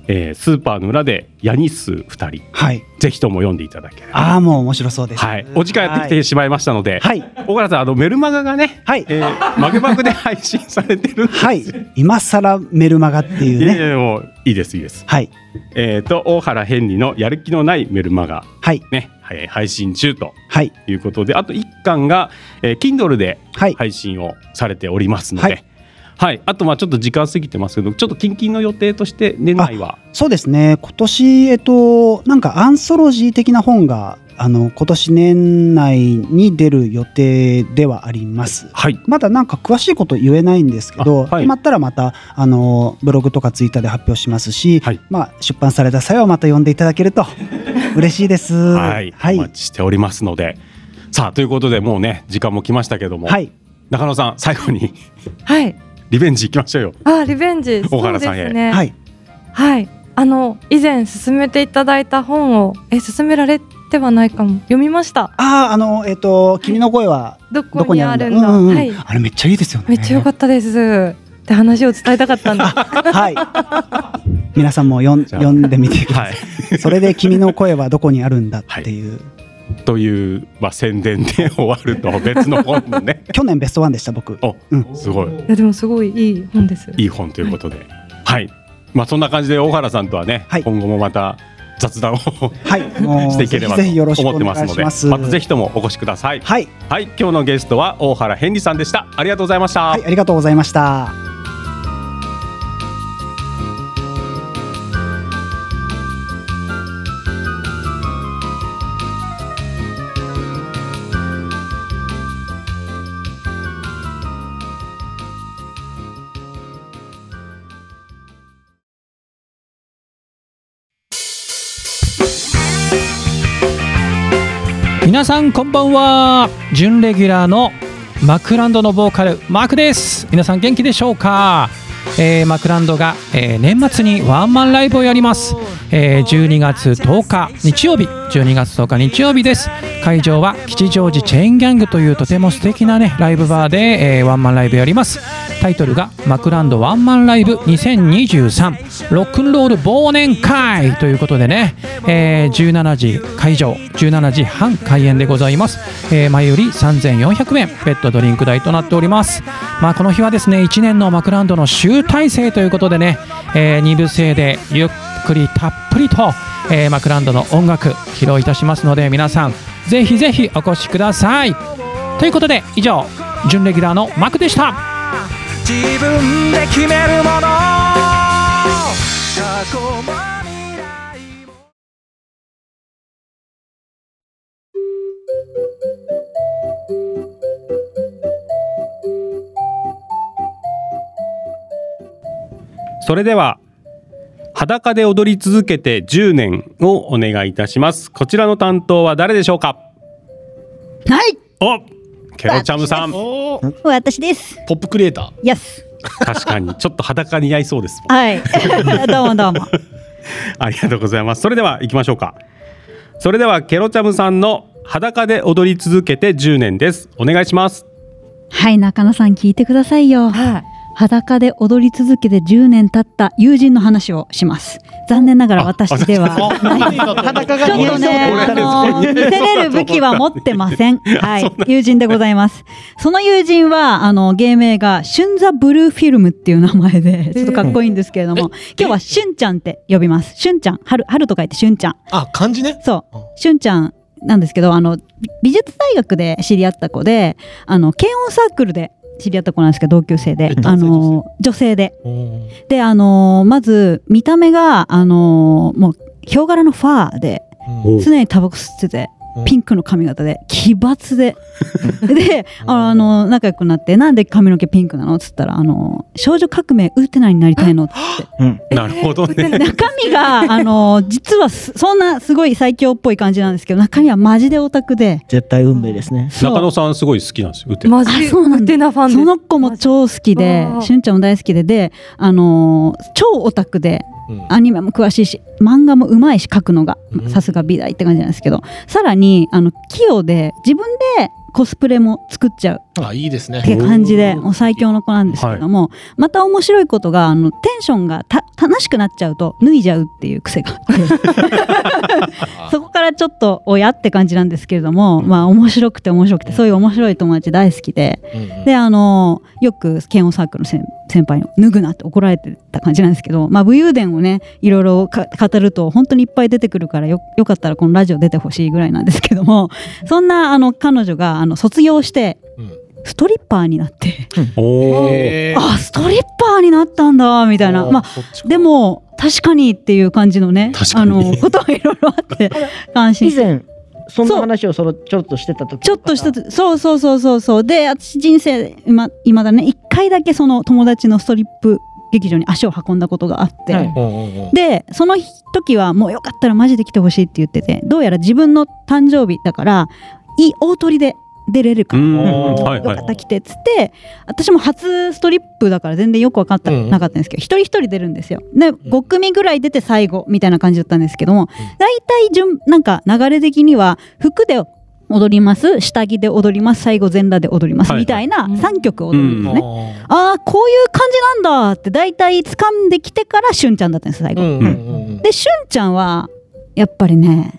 S2: えースーパーの裏でヤニス2人、
S7: はい
S2: ぜひとも読んでいただければ。
S7: ああもう面白そうです
S2: はい、お時間やってきてしまいましたので、
S7: はいはい
S2: 小原さんあのメルマガがね、
S7: はい
S2: えーマグマグで配信されてるんで。
S7: はい今更メルマガってい
S2: いうやい
S7: ね
S2: やもういいですいいです。
S7: はい
S2: えっ、と大原ヘンリーのやる気のないメルマガ
S7: はい
S2: ね、はい、配信中と
S7: はい
S2: いうことで、あと1巻が、えー Kindle で
S7: はい
S2: 配信をされておりますので、
S7: は
S2: はいい、あとまあちょっと時間過ぎてますけど、ちょっと近々の予定として年内は、
S7: そうですね今年えっとなんかアンソロジー的な本があの今年年内に出る予定ではあります
S2: はい、
S7: まだなんか詳しいこと言えないんですけど、
S2: あはい
S7: 決まったらまたあのブログとかツイッターで発表しますし、
S2: はい
S7: まあ、出版された際はまた呼んでいただけると嬉しいです。
S2: はい、
S7: はい
S2: お待ちしておりますので、さあということでもうね時間も来ましたけども、
S7: はい
S2: 中野さん最後に [laughs]
S1: はい。
S2: リベンジ行きましょうよ。
S1: あー、リベンジ。
S2: 大原さんへ
S1: そうですね。
S7: はい
S1: はい、あの以前勧めていただいた本をえ勧められてはないかも読みました。
S7: あああのえっ、と君の声は
S1: ど
S7: ど
S1: こ
S7: こ
S1: に
S7: にあ
S1: あ
S7: る
S1: る
S7: ん
S1: ん
S7: だ
S1: だ。
S7: うんうん
S1: はい、
S7: あれめっちゃいいですよね
S1: めっちゃ良かったです。って話を伝えたかったんで。
S7: はい皆さんも読ん
S2: じゃあ
S7: 読んでみてくださ、
S2: はいい、
S7: それで君の声はどこにあるんだっていう、
S2: [laughs] という、まあ、宣伝で終わると別の本のね
S7: 去年ベストワンでした僕
S2: お、
S7: [laughs] うん
S2: すごい
S1: いやでもすごいいい本です。
S2: いい本ということで、はい、まあそんな感じで大原さんとはね、
S7: はい
S2: 今後もまた雑談をし
S7: はい、もう
S2: ていければと
S7: ぜひよろしくお
S2: 思って
S7: 願
S2: ます
S7: い
S2: の
S7: し
S2: で
S7: ます。
S2: またぜひともお越しください
S7: はい、
S2: はい今日のゲストは大原henry さんでしたありがとうございました、
S7: はい、ありがとうございました。
S8: 皆さんこんばんは準レギュラーのマクランドのボーカルマークです皆さん元気でしょうか、えーマクランドが、えー年末にワンマンライブをやります、えー12月10日日曜日12月10日日曜日です会場は吉祥寺チェーンギャングというとても素敵なねライブバーで、えーワンマンライブやりますタイトルが「マクランドワンマンライブ2023ロックンロール忘年会」ということでね、えー17時会場17時半開演でございます、えー前より3400円ペットドリンク代となっております、まあ、この日はですね1年のマクランドの集大成ということでね、え2部制でゆっくりたっぷりと、えーマクランドの音楽披露いたしますので皆さんぜひぜひお越しくださいということで以上準レギュラーのマクでした
S9: 自分で決めるもの過去も未来も
S2: それでは裸で踊り続けて10年をお願いいたしますこちらの担当は誰でしょうか
S3: はい
S2: おケロチャムさん
S5: おー
S3: 私です
S5: ポップクリエイタ
S3: イエス
S2: 確かにちょっと裸似合いそうです
S3: はい [laughs] どうもどうも
S2: ありがとうございます。それでは行きましょうか。それではケロチャムさんの裸で踊り続けて10年です。お願いします。
S3: はい中野さん聞いてくださいよ
S1: はい
S3: 裸で踊り続けて10年経った友人の話をします残念ながら私ではない
S5: ー。裸
S3: ちょっとね、あの見せれる武器は持ってません。はい、友人でございます。その友人は、あの、芸名が、シュンザブルーフィルムっていう名前で、ちょっとかっこいいんですけれども、今日はシュンちゃんって呼びます。シュンちゃん、春、春と書いてシュンちゃん。
S5: あ、漢字ね。
S3: そ
S5: うん
S3: う、しゅんちゃんなんですけど、あの美術大学で知り合った子で、あの軽音サークルで知り合った子なんですけど同級生で、あの女性で、であのまず見た目があのもうヒョウ柄のファーで常にタバコ吸ってて。ピンクの髪型で奇抜
S5: [laughs]
S3: ででああの仲良くなって「なんで髪の毛ピンクなの?」っつったらあの「少女革命ウーテナになりたいの」って
S2: なるほどね。
S3: 中身が、あの実はすそんなすごい最強っぽい感じなんですけど中身はマジでオタクで
S4: 絶対運命ですね。
S3: そう
S2: 中野さんすごい好きなんですよ。打てる
S1: マジ
S3: あそうなんだ
S1: ウテナファンです
S3: その子も超好きで
S1: マジ
S3: しゅんちゃんも大好きでで、あのー超オタクで
S5: うん
S3: アニメも詳しいし漫画もうまいし書くのが
S5: うん
S3: さすが美大って感じなんですけどさらにあの器用で自分でコスプレも作っちゃう
S5: あ、いいです
S3: って
S5: ね。
S3: 感じでもう最強の子なんですけども、また面白いことがあのテンションがた楽しくなっちゃうと脱いじゃうっていう癖があってそこからちょっと親って感じなんですけれども、まあ面白くて面白くてそういう面白い友達大好きで
S5: うん
S3: であのよく嫌悪サークルの先先輩に「脱ぐな」って怒られてた感じなんですけど、まあ、武勇伝をねいろいろか語ると本当にいっぱい出てくるからよよかったらこのラジオ出てほしいぐらいなんですけどもそんなあの彼女があの卒業して
S5: うん
S3: ストリッパーになって
S2: おー
S5: えー
S3: あストリッパーになったんだみたいなま
S2: そっち
S3: あ
S2: か
S3: でも確かにっていう感じのね
S2: 確か
S3: あ
S2: に
S3: のことはいろいろあ
S4: [laughs]
S3: って感心
S4: 以
S3: して
S4: 前、そんな話をそのちょっとしてた時
S3: ちょっとした
S4: とか
S3: つそうそうそうそうそうで私人生いまだね一回だけその友達のストリップ劇場に足を運んだことがあって、
S4: はい
S5: うんうんうん
S3: でその時はもうよかったらマジで来てほしいって言っててどうやら自分の誕生日だからいい大鳥で出れるか
S2: う
S3: ら
S2: ん
S5: うん
S2: はい
S3: よ
S2: は
S3: か
S2: い
S3: っ。た来てっつって私も初ストリップだから全然よく分かった、
S5: うん
S3: なかったんですけど一人一人出るんですよで5組ぐらい出て最後みたいな感じだったんですけども、大体順なんか流れ的には服で踊ります下着で踊ります最後全裸で踊ります、
S2: はい
S3: みたいな
S1: うん
S3: 3曲踊るんですね、あ
S5: あ
S3: あこういう感じなんだって大体掴んできてからしゅんちゃんだったんです最
S5: ーう
S3: 後、
S5: んうんうんうん
S3: でしゅんちゃんはやっぱりね、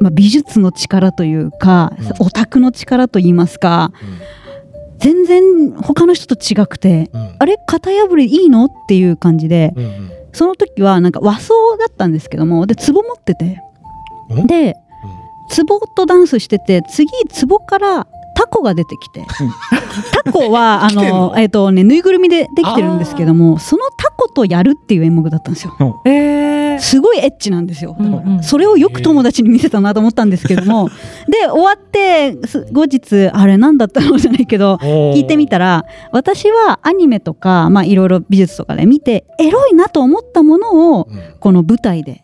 S3: まあ、美術の力というか、
S5: うん
S3: オタクの力といいますか全然他の人と違くて
S5: うん
S3: あれ型破りいいのっていう感じで
S5: うんうん
S3: その時はなんか和装だったんですけどもで壺持ってて
S5: ん
S3: で壺とダンスしてて次壺からタコが出てきて、タコはあ
S5: きてん
S3: の
S5: の
S3: えっ、とねぬいぐるみでできてるんですけどもそのタコとやるっていう演目だったんですよ
S1: ええー、
S3: すごいエッチなんですよだから、
S1: うんうん
S3: それをよく友達に見せたなと思ったんですけどもで終わってす後日あれなんだったのじゃないけど
S8: 聞
S3: 聞いてみたら私はアニメとかまあいろいろ美術とかで見てエロいなと思ったものをこの舞台で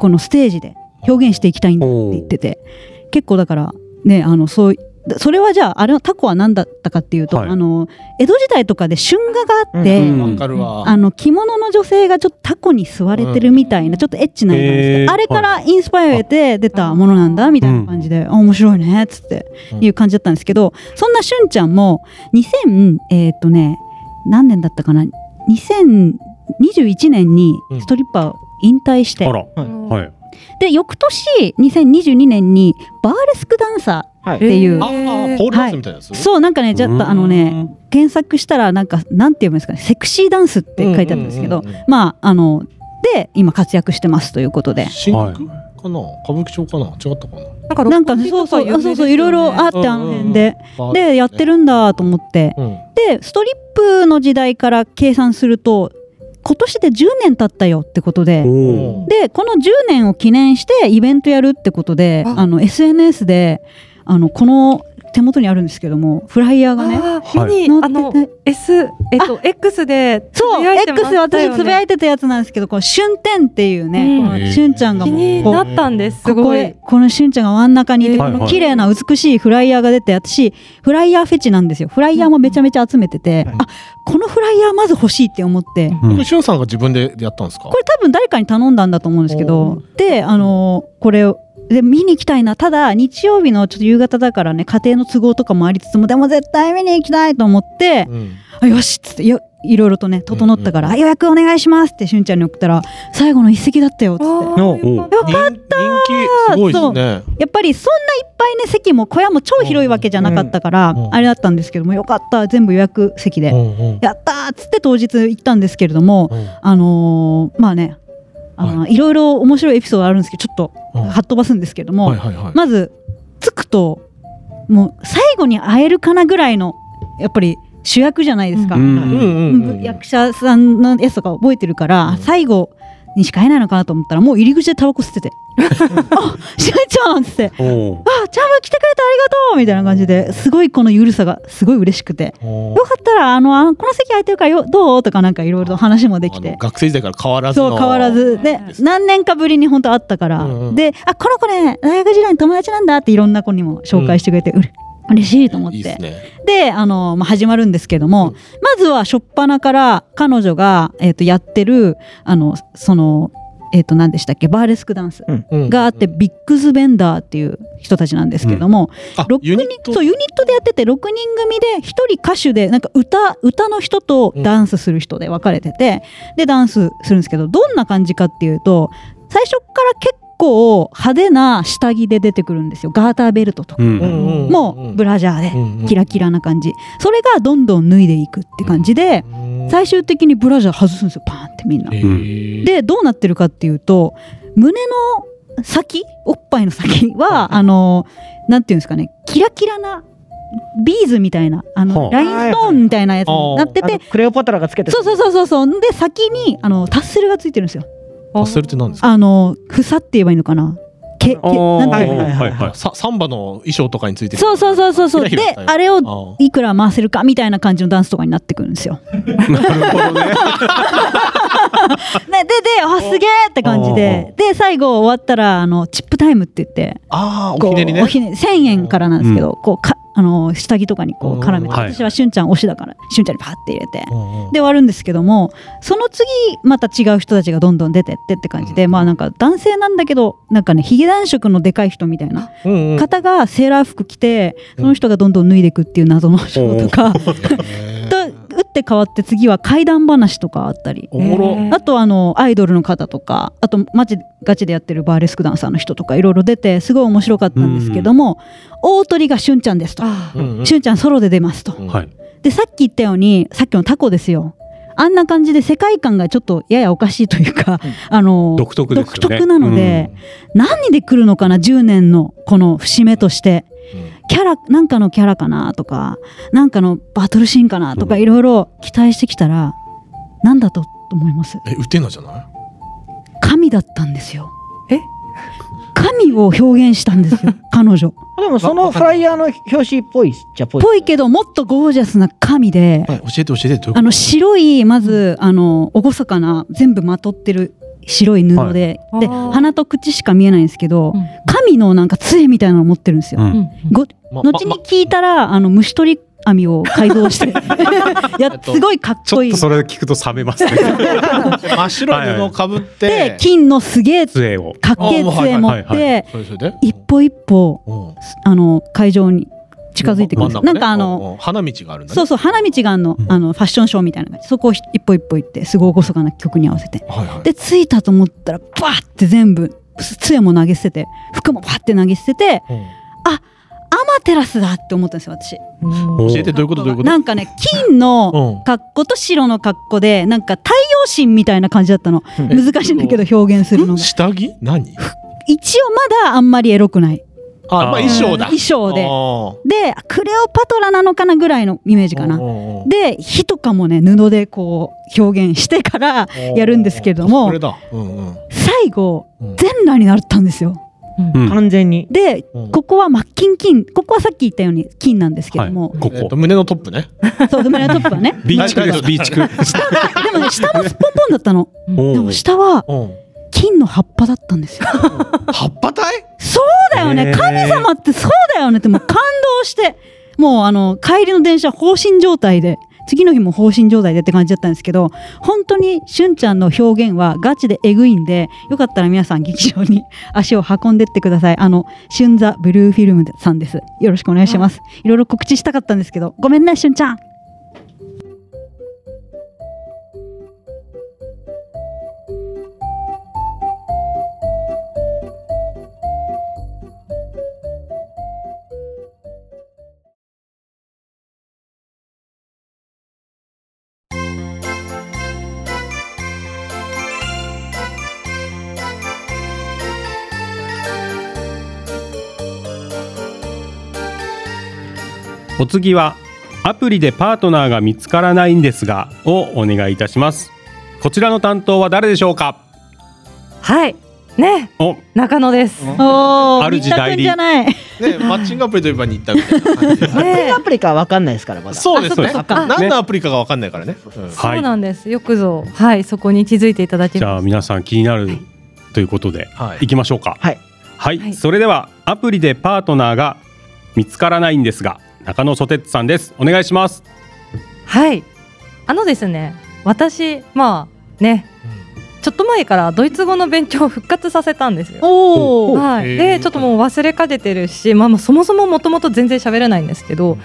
S3: このステージで表現していきたいんだって言ってて結構だからねあのそうそれはじゃああれのタコは何だったかっていうと、
S2: はい
S3: あの江戸時代とかで春画があって、
S2: うん
S5: わかるわ。
S3: あの着物の女性がちょっとタコに吸われてるみたいな、ちょっとエッチな絵なんですけ
S2: へー
S3: ど、あれからインスパイアを得て出たものなんだみたいな感じで、あ面白いねっつって
S5: うん
S3: いう感じだったんですけど、そんなしゅんちゃんも2000えーっとね何年だったかな2021年にストリッパーを引退して、
S2: あら、はい。
S3: で翌年2022年にバーレスクダンサ
S4: は
S1: っ
S4: い。
S3: ていう
S5: ああ、ポールダンスみたいなやつ
S3: ー、そうなんかねちょっとあのね検索したらなんかなんて読むんですかねセクシーダンスって書いてあるんですけど、
S5: うううんうん
S3: まあ、あの、で、今活躍してますということで。
S5: 新
S2: はい
S5: 宿かな歌舞伎町かな違ったかな
S1: なんか
S3: なんかね、そうそう、あそうそう、いろいろあ
S1: あ
S3: って、あの辺
S5: うん
S3: で。で、やってるんだと思って。
S5: うん。
S3: で、ストリップの時代から計算すると、今年で10年経ったよってことで。
S2: おお。
S3: で、この10年を記念してイベントやるってことで、
S1: あ
S3: あの、SNS で、あの、この手元にあるんですけども、フライヤーがね、
S1: あ
S2: は
S1: ー見
S2: い
S1: に、あの
S3: 載って
S1: S えっと X で
S3: そう、X 私つぶや
S1: い
S3: いてたやつなんですけど、この春天っていうね、
S1: うん
S3: このしゅんちゃん
S1: て
S3: が
S1: 気
S3: もう
S1: になったんですす
S3: ここ
S1: ご
S3: へ
S1: い
S3: このしゅんちゃんが真ん中にいて、
S1: えー
S3: こ
S2: はいは
S3: の
S2: い
S3: 綺麗な美しいフライヤーが出て私フライヤーフェチなんですよフライヤーもめちゃめちゃ集めてて、
S7: はい
S3: あこのフライヤーまず欲しいって思って、
S2: うん
S5: これ、しゅんさんが自分でやったんですか
S3: これ多分誰かに頼んだんだと思うんですけどであのーこれをで見に行きたいなただ日曜日のちょっと夕方だからね家庭の都合とかもありつつもでも絶対見に行きたいと思って、
S5: うん
S3: あよしっつってよいろいろとね整ったから、あ予約お願いしますってしゅんちゃんに送ったら最後の一席だったよっつって。
S1: あーよかった
S5: 人人気すごいですね。
S3: やっぱりそんないっぱいね席も小屋も超広いわけじゃなかったから、
S5: うんうん
S3: あれだったんですけどもよかった全部予約席で、
S5: うんうん
S3: やったーっつって当日行ったんですけれども、
S5: うん
S3: あのーまあねあの、い、ろいろ面白いエピソードあるんですけどちょっと
S5: うん
S3: はっ飛ばすんですけれども、
S5: はいはいはい。
S3: まず着くともう最後に会えるかなぐらいのやっぱり主役じゃないですか、
S2: うん
S5: うんうんうん。
S3: 役者さんのやつとか覚えてるから、
S5: うん
S3: 最後にしか会えないのかなと思ったらもう入り口でタバコ吸ってて「 [laughs] あしゅんちゃん!」っつって
S2: おお。
S3: あジャム来てくれてありがとうみたいな感じですごいこのゆるさがすごい嬉しくて
S5: おー
S3: よかったらあのあのこの席空いてるからよどうとかなんかいろいろ話もでき
S5: あの
S3: て
S5: 学生時代から変わらずの。
S3: そう変わらずで何年かぶりに本当会ったから、
S5: うんうん
S3: であこの子ね大学時代の友達なんだっていろんな子にも紹介してくれて、うれ嬉しいと思って
S5: いいですね。
S3: であの、まあ、始まるんですけども、
S5: うん
S3: まずは初っ端から彼女が、えー、とやってるあのそのえっ、と何でしたっけバーレスクダンス
S5: うん
S3: があって、ビッグズベンダーっていう人たちなんですけども、
S5: あ
S3: 六
S5: ユ
S3: 人
S5: ニット
S3: そうユニットでやってて6人組で1人歌手でなんか歌歌の人とダンスする人で分かれてて、でダンスするんですけどどんな感じかっていうと最初から結構派手な下着で出てくるんですよガーターベルトとか、
S2: うん。
S3: もうブラジャーで、
S5: ラ
S3: キラキラな感じそれがどんどん脱いでいくって感じで、最終的にブラジャー外すんですよパーンってみんな。で
S5: で、
S3: どうなってるかっていうと胸の先おっぱいの先はあのなんていうんですかねキラキラなビーズみたいなあの、
S2: はあ
S3: ラインストーンみたいなやつになって
S4: あ
S3: て。
S4: のクレオパトラがつけて
S3: そうそうそうそうそうで先にあのタッセルがついてるんですよ
S5: パセルって何ですか
S3: あの房って言えばいいのかなけけ
S2: ああ。
S3: なんて
S2: は
S3: 言えばいい
S2: い
S3: の
S2: はいはい。
S5: さサンバの衣装とかについて
S3: そうそうそうそうそう
S5: ひらひらし
S3: で
S5: たよ
S3: あれを
S5: あ
S3: いくら回せるかみたいな感じのダンスとかになってくるんですよ。 [laughs] ね、でであすげえって感じでで最後終わったらあのチップタイムって言って
S5: あー
S3: こう
S5: おひねりね
S3: おひねり1000円からなんですけど、こうかあの下着とかにこう絡めて、
S2: うんはい
S3: 私はしゅんちゃん推しだからしゅんちゃんにパッて入れて。
S5: うんうん
S3: で終わるんですけどもその次また違う人たちがどんどん出てってって感じで、まあなんか男性なんだけどなんかねヒゲ男色のでかい人みたいな
S5: うんうん
S3: 方がセーラー服着てその人がどんどん脱いでいくっていう謎のショーとか、
S5: へー
S3: と打って変わって次は怪談話とかあったり
S5: おもろ
S3: あとあのアイドルの方とかあとマジガチでやってるバーレスクダンサーの人とかいろいろ出てすごい面白かったんですけども、大鳥がしゅんちゃんですと
S1: あ
S5: うんうん
S3: しゅんちゃんソロで出ますと
S5: うん
S2: はい。
S3: でさっき言ったようにさっきのタコですよあんな感じで世界観がちょっとややおかしいというか、あの
S2: 独特ですよね
S3: 独特なので、何で来るのかな10年のこの節目として。キャラなんかのキャラかなとかなんかのバトルシーンかなとか
S2: う
S3: いろいろ期待してきたらなんだと思います
S5: え、ウテナじゃない
S3: 神だったんですよ
S1: え
S3: 神を表現したんです
S1: [laughs]
S3: よ彼女
S4: でもそのフライヤーの表紙っぽいじゃっぽい。
S3: ぽいけどもっとゴージャスな神で
S5: はい、教えて教えて。どういう
S3: あの白いまずあの厳かな全部まとってる白い布で、
S1: はい
S3: で
S1: あー
S3: 鼻と口しか見えないんですけど、
S1: うん
S3: 神のなんか杖みたいなの持ってるんですよ、
S2: うん
S1: うん
S3: ご
S5: ま
S3: 後に聞いたらあの虫取り網を改造して [laughs] いやすごいかっ
S2: ち
S3: こ
S2: ょっ
S3: いい
S2: とそれ聞くと冷めますね。
S5: 真っ白い布をかぶって、
S3: で金のすげえ
S2: 杖を。
S3: かっけえ杖持
S2: あーはい
S3: っ
S2: はいはい
S3: て
S5: それそれで
S3: 一歩一歩
S5: うん
S3: あの会場に近づいてくるんです
S5: 真
S3: なん
S5: 中ね
S3: かあ
S5: う
S3: の
S5: んうん花道があるんだね
S3: そうそう花道があの
S2: うん
S3: あのファッションショーみたいな感じそこをひ一歩一歩行ってすごい厳かな曲に合わせて
S5: はいはい
S3: で着いたと思ったらバーって全部す杖も投げ捨てて服もバーって投げ捨てて
S5: うん
S3: アマテラスだって思ったんですよ私
S2: お
S5: 教えてどういうことどういうこと
S3: なんかね金
S5: [laughs]
S3: の
S5: うん
S3: 格好と白の格好でなんか太陽神みたいな感じだったの
S4: うん
S3: 難しいんだけど表現するのが
S5: 下着何
S3: 一応まだあんまりエロくない
S5: あ、まあ衣装だ
S3: うん衣装で
S5: あ
S3: でクレオパトラなのかなぐらいのイメージ
S5: ー
S3: かな
S5: うんうん
S3: で火とかもね布でこう表現してからやるんですけれど
S5: こ
S3: も
S5: れだうんうん
S3: 最後
S5: うん
S3: 全裸になったんですよ
S2: うん
S4: 完全に。
S3: で
S5: うん
S3: ここはまあ金金ここはさっき言ったように金なんですけども、
S2: こ
S5: えっと
S2: こ。
S5: 胸のトップね
S3: そうでもねトップはね
S2: ビーチクです、ビーチク。
S3: でもね下もすっぽんぽんだったの
S2: お
S3: [laughs] でも下は
S5: うん
S3: 金の葉っぱだったんですよ
S5: 葉っぱ体
S3: そうだよ
S2: へ
S3: ね
S2: ー
S3: 神様ってそうだよねってもう感動してもうあの帰りの電車放心状態で次の日も放心状態でって感じだったんですけど本当にしゅんちゃんの表現はガチでえぐいんでよかったら皆さん劇場に [laughs] 足を運んでってくださいあのしゅんザブルーフィルムさんですよろしくお願いしますいろいろ告知したかったんですけどごめんねしゅんちゃん
S2: お次はアプリでパートナーが見つからないんですがをお願いいたしますこちらの担当は誰でしょうか
S1: はいね
S2: お
S1: 中野です
S5: うん
S3: お
S2: ー
S3: ー
S2: 主代理
S3: 君じゃない
S5: ね
S1: [laughs]
S5: マッチングアプリといえば似たみたいな感じ
S1: ねえ
S4: アプリかわかんないですからま
S1: [laughs]
S4: だ。
S5: そうですね
S3: あそっかそっか
S5: 何のアプリかがわかんないからねうん
S2: はい
S1: そうなんですよくぞはいそこに気づいていただき
S2: じゃ
S1: ま
S2: あ
S1: し
S2: 皆さん気になるということで、、
S5: はい
S2: きましょうか
S4: はい、
S2: はい
S1: はい
S2: それではアプリでパートナーが見つからないんですが中野ソテツさんですお願いします
S1: はいあのですね私まあねちょっと前からドイツ語の勉強を復活させたんですよ
S3: おー
S1: はい、
S5: へ
S1: で
S5: ー
S1: ちょっともう忘れかけてるし、まあ、まあそもそももともと全然喋れないんですけど、
S5: うん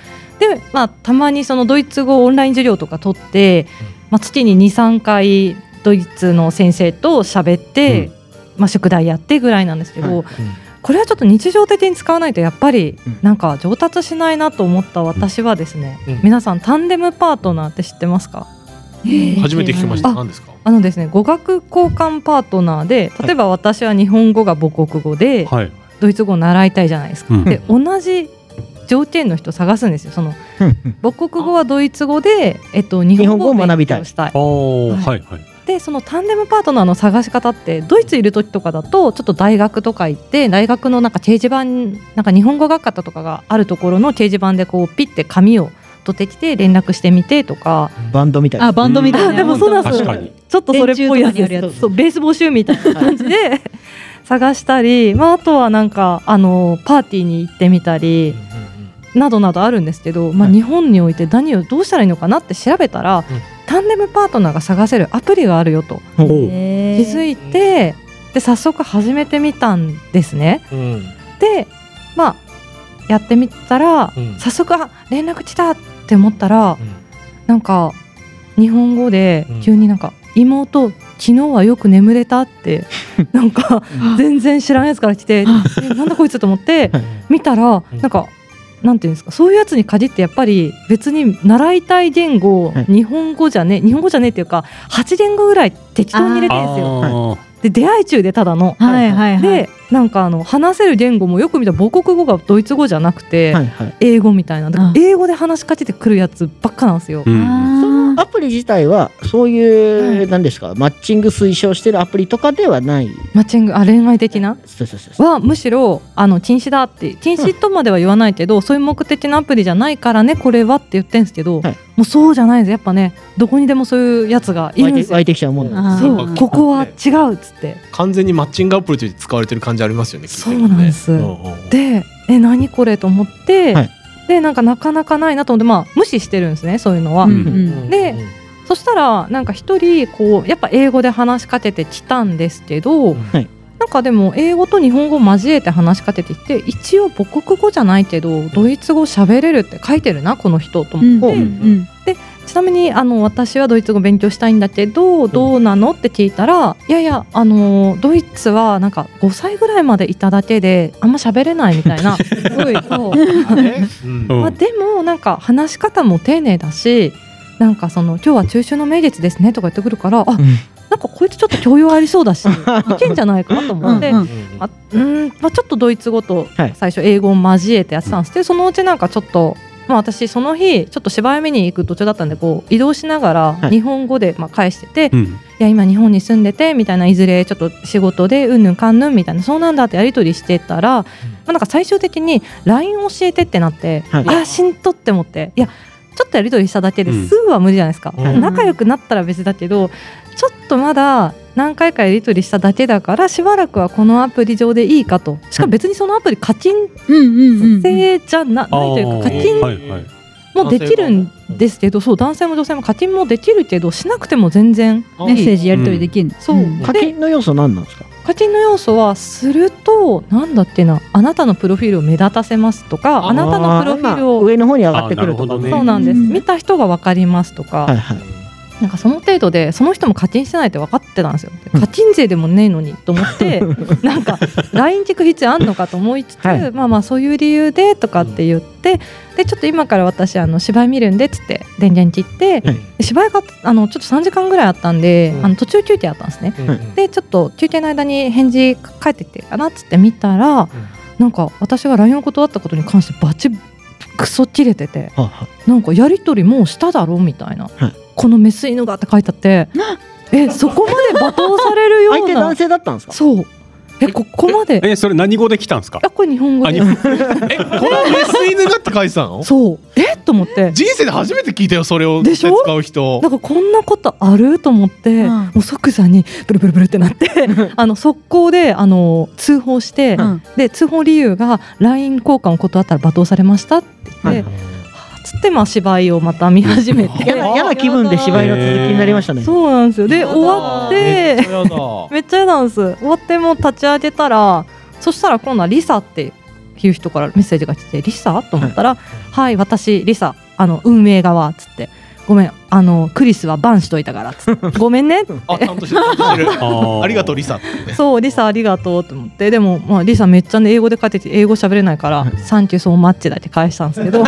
S1: で、まあ、たまにそのドイツ語オンライン授業とか取って、まあ、月に23回ドイツの先生と喋って、
S2: うん
S1: まあ、宿題やってぐらいなんですけど、
S4: は
S1: これはちょっと日常的に使わないとやっぱり
S5: うん
S1: なんか上達しないなと思った私はですね、
S5: うん
S1: 皆さんタンデムパートナーって知ってますか
S5: 初めて聞きまし
S1: あ
S5: た何ですか
S1: あのですね語学交換パートナーで例えば私は日本語が母国語で、
S2: はい、
S1: ドイツ語を習いたいじゃないですか。
S2: うん
S1: で同じ条件の人探すんですよその母国語はドイツ語で、えっと、日本語を
S4: 日本語を学びたい
S1: 勉強したい
S2: おーは
S1: はい
S2: はい
S1: でそのタンデムパートナーの探し方ってドイツいる時とかだとちょっと大学とか行って大学のなんか掲示板なんか日本語学科とかがあるところの掲示板でこうピッて紙を取ってきて連絡してみてとか
S4: [laughs] バンドみたい
S3: あ
S4: な。
S3: バンドみたいな、
S1: あでもそうなん
S2: 確かに
S1: ちょっとそれっぽいやつ
S3: 電柱とかにあるや
S1: で
S3: つ
S1: すそうベース募集みたいな感じで探したり、まあ、あとはなんかあのパーティーに行ってみたり。などなどあるんですけど、まあ、
S5: はい
S1: 日本において何をどうしたらいいのかなって調べたら、タンデムパートナーが探せるアプリがあるよと
S5: お
S3: 気
S5: ー
S1: 気づいて、で早速始めてみたんですね。
S5: うん
S1: で、まあ、やってみたら、
S5: うん
S1: 早速あ連絡来たって思ったら、
S5: うん
S1: なんか日本語で
S5: うん
S1: 急になんか「妹昨日はよく眠れた」って
S5: [laughs]
S1: なんか全然知らんやつから来て「えなんだこいつ」と思って見たら
S5: うん
S1: なんかなんていうんですかそういうやつに限ってやっぱり別に習いたい言語、
S4: はい
S1: 日本語じゃね日本語じゃねっていうか8言語ぐらい適当に入れてるんですよ。
S2: あ
S1: で出会い中でただの。
S3: はいはいはい。
S1: でなんかあの話せる言語もよく見たら母国語がドイツ語じゃなくて、
S4: はいはい。
S1: 英語みたいなだから
S3: あ
S1: 英語で話しかけてくるやつばっかなんですよ
S2: ー。う
S3: あ
S2: ん
S3: ー
S4: アプリ自体はそう
S1: は
S4: いう
S1: い
S4: 何ですかマッチング推奨してるアプリとかではない。
S1: マッチングあ恋愛的な
S4: そうそうそうそう。
S1: はむしろあの禁止だって禁止とまでは言わないけど、そういう目的のアプリじゃないからねこれはって言ってんですけど、
S4: はい
S1: もうそうじゃないんですやっぱねどこにでもそういうやつがい
S4: 湧
S1: る
S4: い
S1: んで
S4: て
S1: す
S4: 湧
S1: よ
S4: いてきちゃうもんなんで
S3: あー
S1: そ
S5: あ
S1: うここは違うっつって
S5: 完全にマッチングアプリとして使われてる感じありますよね。聞いてると
S1: そうなん
S5: ね
S1: です
S5: うんうんうん
S1: でえ何これと思って、
S4: はい
S1: でなんかなかなかないなと思ってまあ無視してるんですねそういうのは。
S3: うん
S2: う
S3: うん。
S1: でそしたらなんか一人こうやっぱ英語で話しかけてきたんですけど、
S4: はい
S1: なんかでも英語と日本語を交えて話しかけてきて一応母国語じゃないけどドイツ語喋れるって書いてるなこの人と
S3: う
S1: 思
S3: ん
S1: って、
S3: うん
S1: ちなみにあの私はドイツ語勉強したいんだけどどうなのって聞いたらいやいやあのドイツはなんか5歳ぐらいまでいただけであんま喋れないみたいなすごいそう
S5: あねうん
S2: うん
S1: まあ、でもなんか話し方も丁寧だしなんかその今日は中秋の名月ですねとか言ってくるからあ、
S8: ん
S1: なんかこいつちょっと教養ありそうだしいけんじゃないかなと思って。
S3: うんうん
S1: あうーんまあ、ちょっとドイツ語と
S4: はい
S1: 最初英語を交えてやってたんですけどそのうちなんかちょっと、まあ、私その日ちょっと芝居見に行く途中だったんでこう移動しながら
S4: はい
S1: 日本語でまあ返してて、
S2: う
S1: い、
S2: ん
S1: や今日本に住んでてみたいないずれちょっと仕事でうんぬんかんぬんみたいなそうなんだってやり取りしてたら、まあ、なんか最終的に LINE 教えてってなって、
S4: はい
S1: あしんとって思っていやちょっとやり取りしただけですぐは無理じゃないですか、
S5: うん
S1: 仲良くなったら別だけどちょっとまだ何回かやり取りしただけだからしばらくはこのアプリ上でいいかとしかも別にそのアプリ課金
S3: うんうんうん。
S1: 制じゃな,、ないというか課
S5: ー
S1: 金
S2: はいはい
S1: もできるんですけどそう男性も女性も課金もできるけどしなくても全然
S5: あ
S3: メッセージやり取りできる。
S1: そう、
S3: ん
S4: 課金の要素何なんですか。
S1: 課金の要素はするとなんだっけなあなたのプロフィールを目立たせますとかあなたのプロフィール
S4: あーまあ
S1: を
S4: 上の方に上がってくると
S2: あ
S4: か
S2: なるほどね
S1: そうなんです
S3: うん
S1: 見た人が分かりますとか、
S4: はいはい。
S1: なんかその程度でその人も課金してないって分かってたんですよ課金税でもねえのにと思ってなんか LINE 聞く必要あんのかと思いつつ、
S4: はい
S1: まあまあそういう理由でとかって言って、でちょっと今から私あの芝居見るんでっつって電源切って、
S4: はい
S1: で芝居があのちょっと3時間ぐらいあったんで、
S5: うん
S1: あの途中休憩あったんですね。
S5: うんうん
S1: でちょっと休憩の間に返事返ってきてかなっつって見たら、なんか私が LINE を断ったことに関してバチクソ切れてて
S4: はあは
S1: なんかやり取りもうしただろみたいな、
S4: はい
S1: このメス犬がって書いてあってえそこまで罵倒されるよ
S4: あ
S1: うな
S4: 相手男性だったんですか。
S1: そうえここまで
S2: えそれ何語で来たんですか
S1: あこれ日本語
S2: あ
S1: で
S2: 日本
S5: [laughs] え、このメス犬がって書いてたの
S1: そうえと思って
S5: 人生で初めて聞いたよ、それを
S1: でしょ
S5: 使う人
S1: な。んかこんなことあると思って、
S3: うん
S1: もう即座にブルブルブルってなってあの速攻であの通報して、
S3: うん
S1: で通報理由が LINE 交換を断ったら罵倒されましたって言って、
S4: はいはい
S1: つってまあ芝居をまた見始めて
S4: [laughs] 嫌な嫌な気分で芝居の続きになりましたね。
S1: そうなんですよで終わって
S5: やだー
S1: めっちゃ嫌なんです終わってもう立ち上げたらそしたら今度はリサっていう人からメッセージが来て「リサ?」と思ったら「はい私リサあの運営側」っつって「ごめんあのクリスはバンしといたから」っつって「ごめんね」って
S5: あ、ちゃんとしてるちゃんとしてる。
S2: あー
S5: ありがとう、リサ。
S1: そうリサありがとうと思ってでも、まあ、リサめっちゃ、ね、英語で書いてて英語喋れないから「サンキューソーマッチ」だけ返したんですけ
S5: [laughs]
S1: ど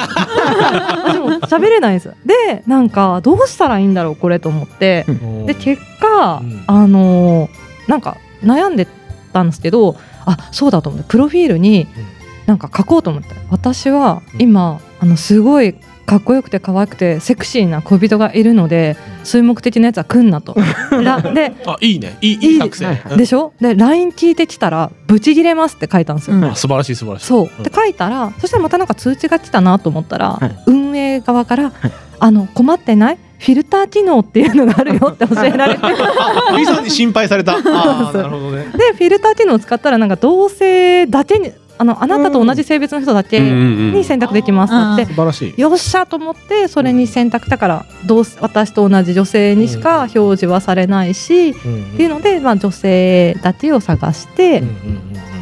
S1: 私も喋れないんですでなんかどうしたらいいんだろうこれと思ってで結果、
S5: うん
S1: あのーなんか悩んでたんですけどあそうだと思ってプロフィールに
S5: うん
S1: なんか書こうと思って私は
S5: うん
S1: 今、あのすごいかっこよくて可愛くてセクシーな小人がいるので水木的なやつは来んな
S5: [laughs]
S1: と。らで
S5: あ、いいね。いい、いい作戦。うん
S1: でしょで LINE 聞いてきたら「ブチギレます」って書いたんですよ。
S5: あ素晴らしい、素晴らしい。
S1: そうって書いたらそしたらまたなんか通知が来たなと思ったら、
S4: はい
S1: 運営側から
S4: はい
S1: 「あの困ってないフィルター機能っていうのがあるよ」って教えられて
S5: あ、リサに心配され [laughs] た。あー、なるほどね。
S1: でフィルターっていうのを使ったらなんか同性だけにあのあなたと同じ性別の人だけ
S2: うん
S1: に
S2: うんうん
S1: 選択できますって
S3: う
S1: 言っ
S5: 素晴らしい
S1: て。よっしゃと思ってそれに選択だから同性私と同じ女性にしか表示はされないし、っ
S5: って
S1: いうので、まあ、女性だけを探して、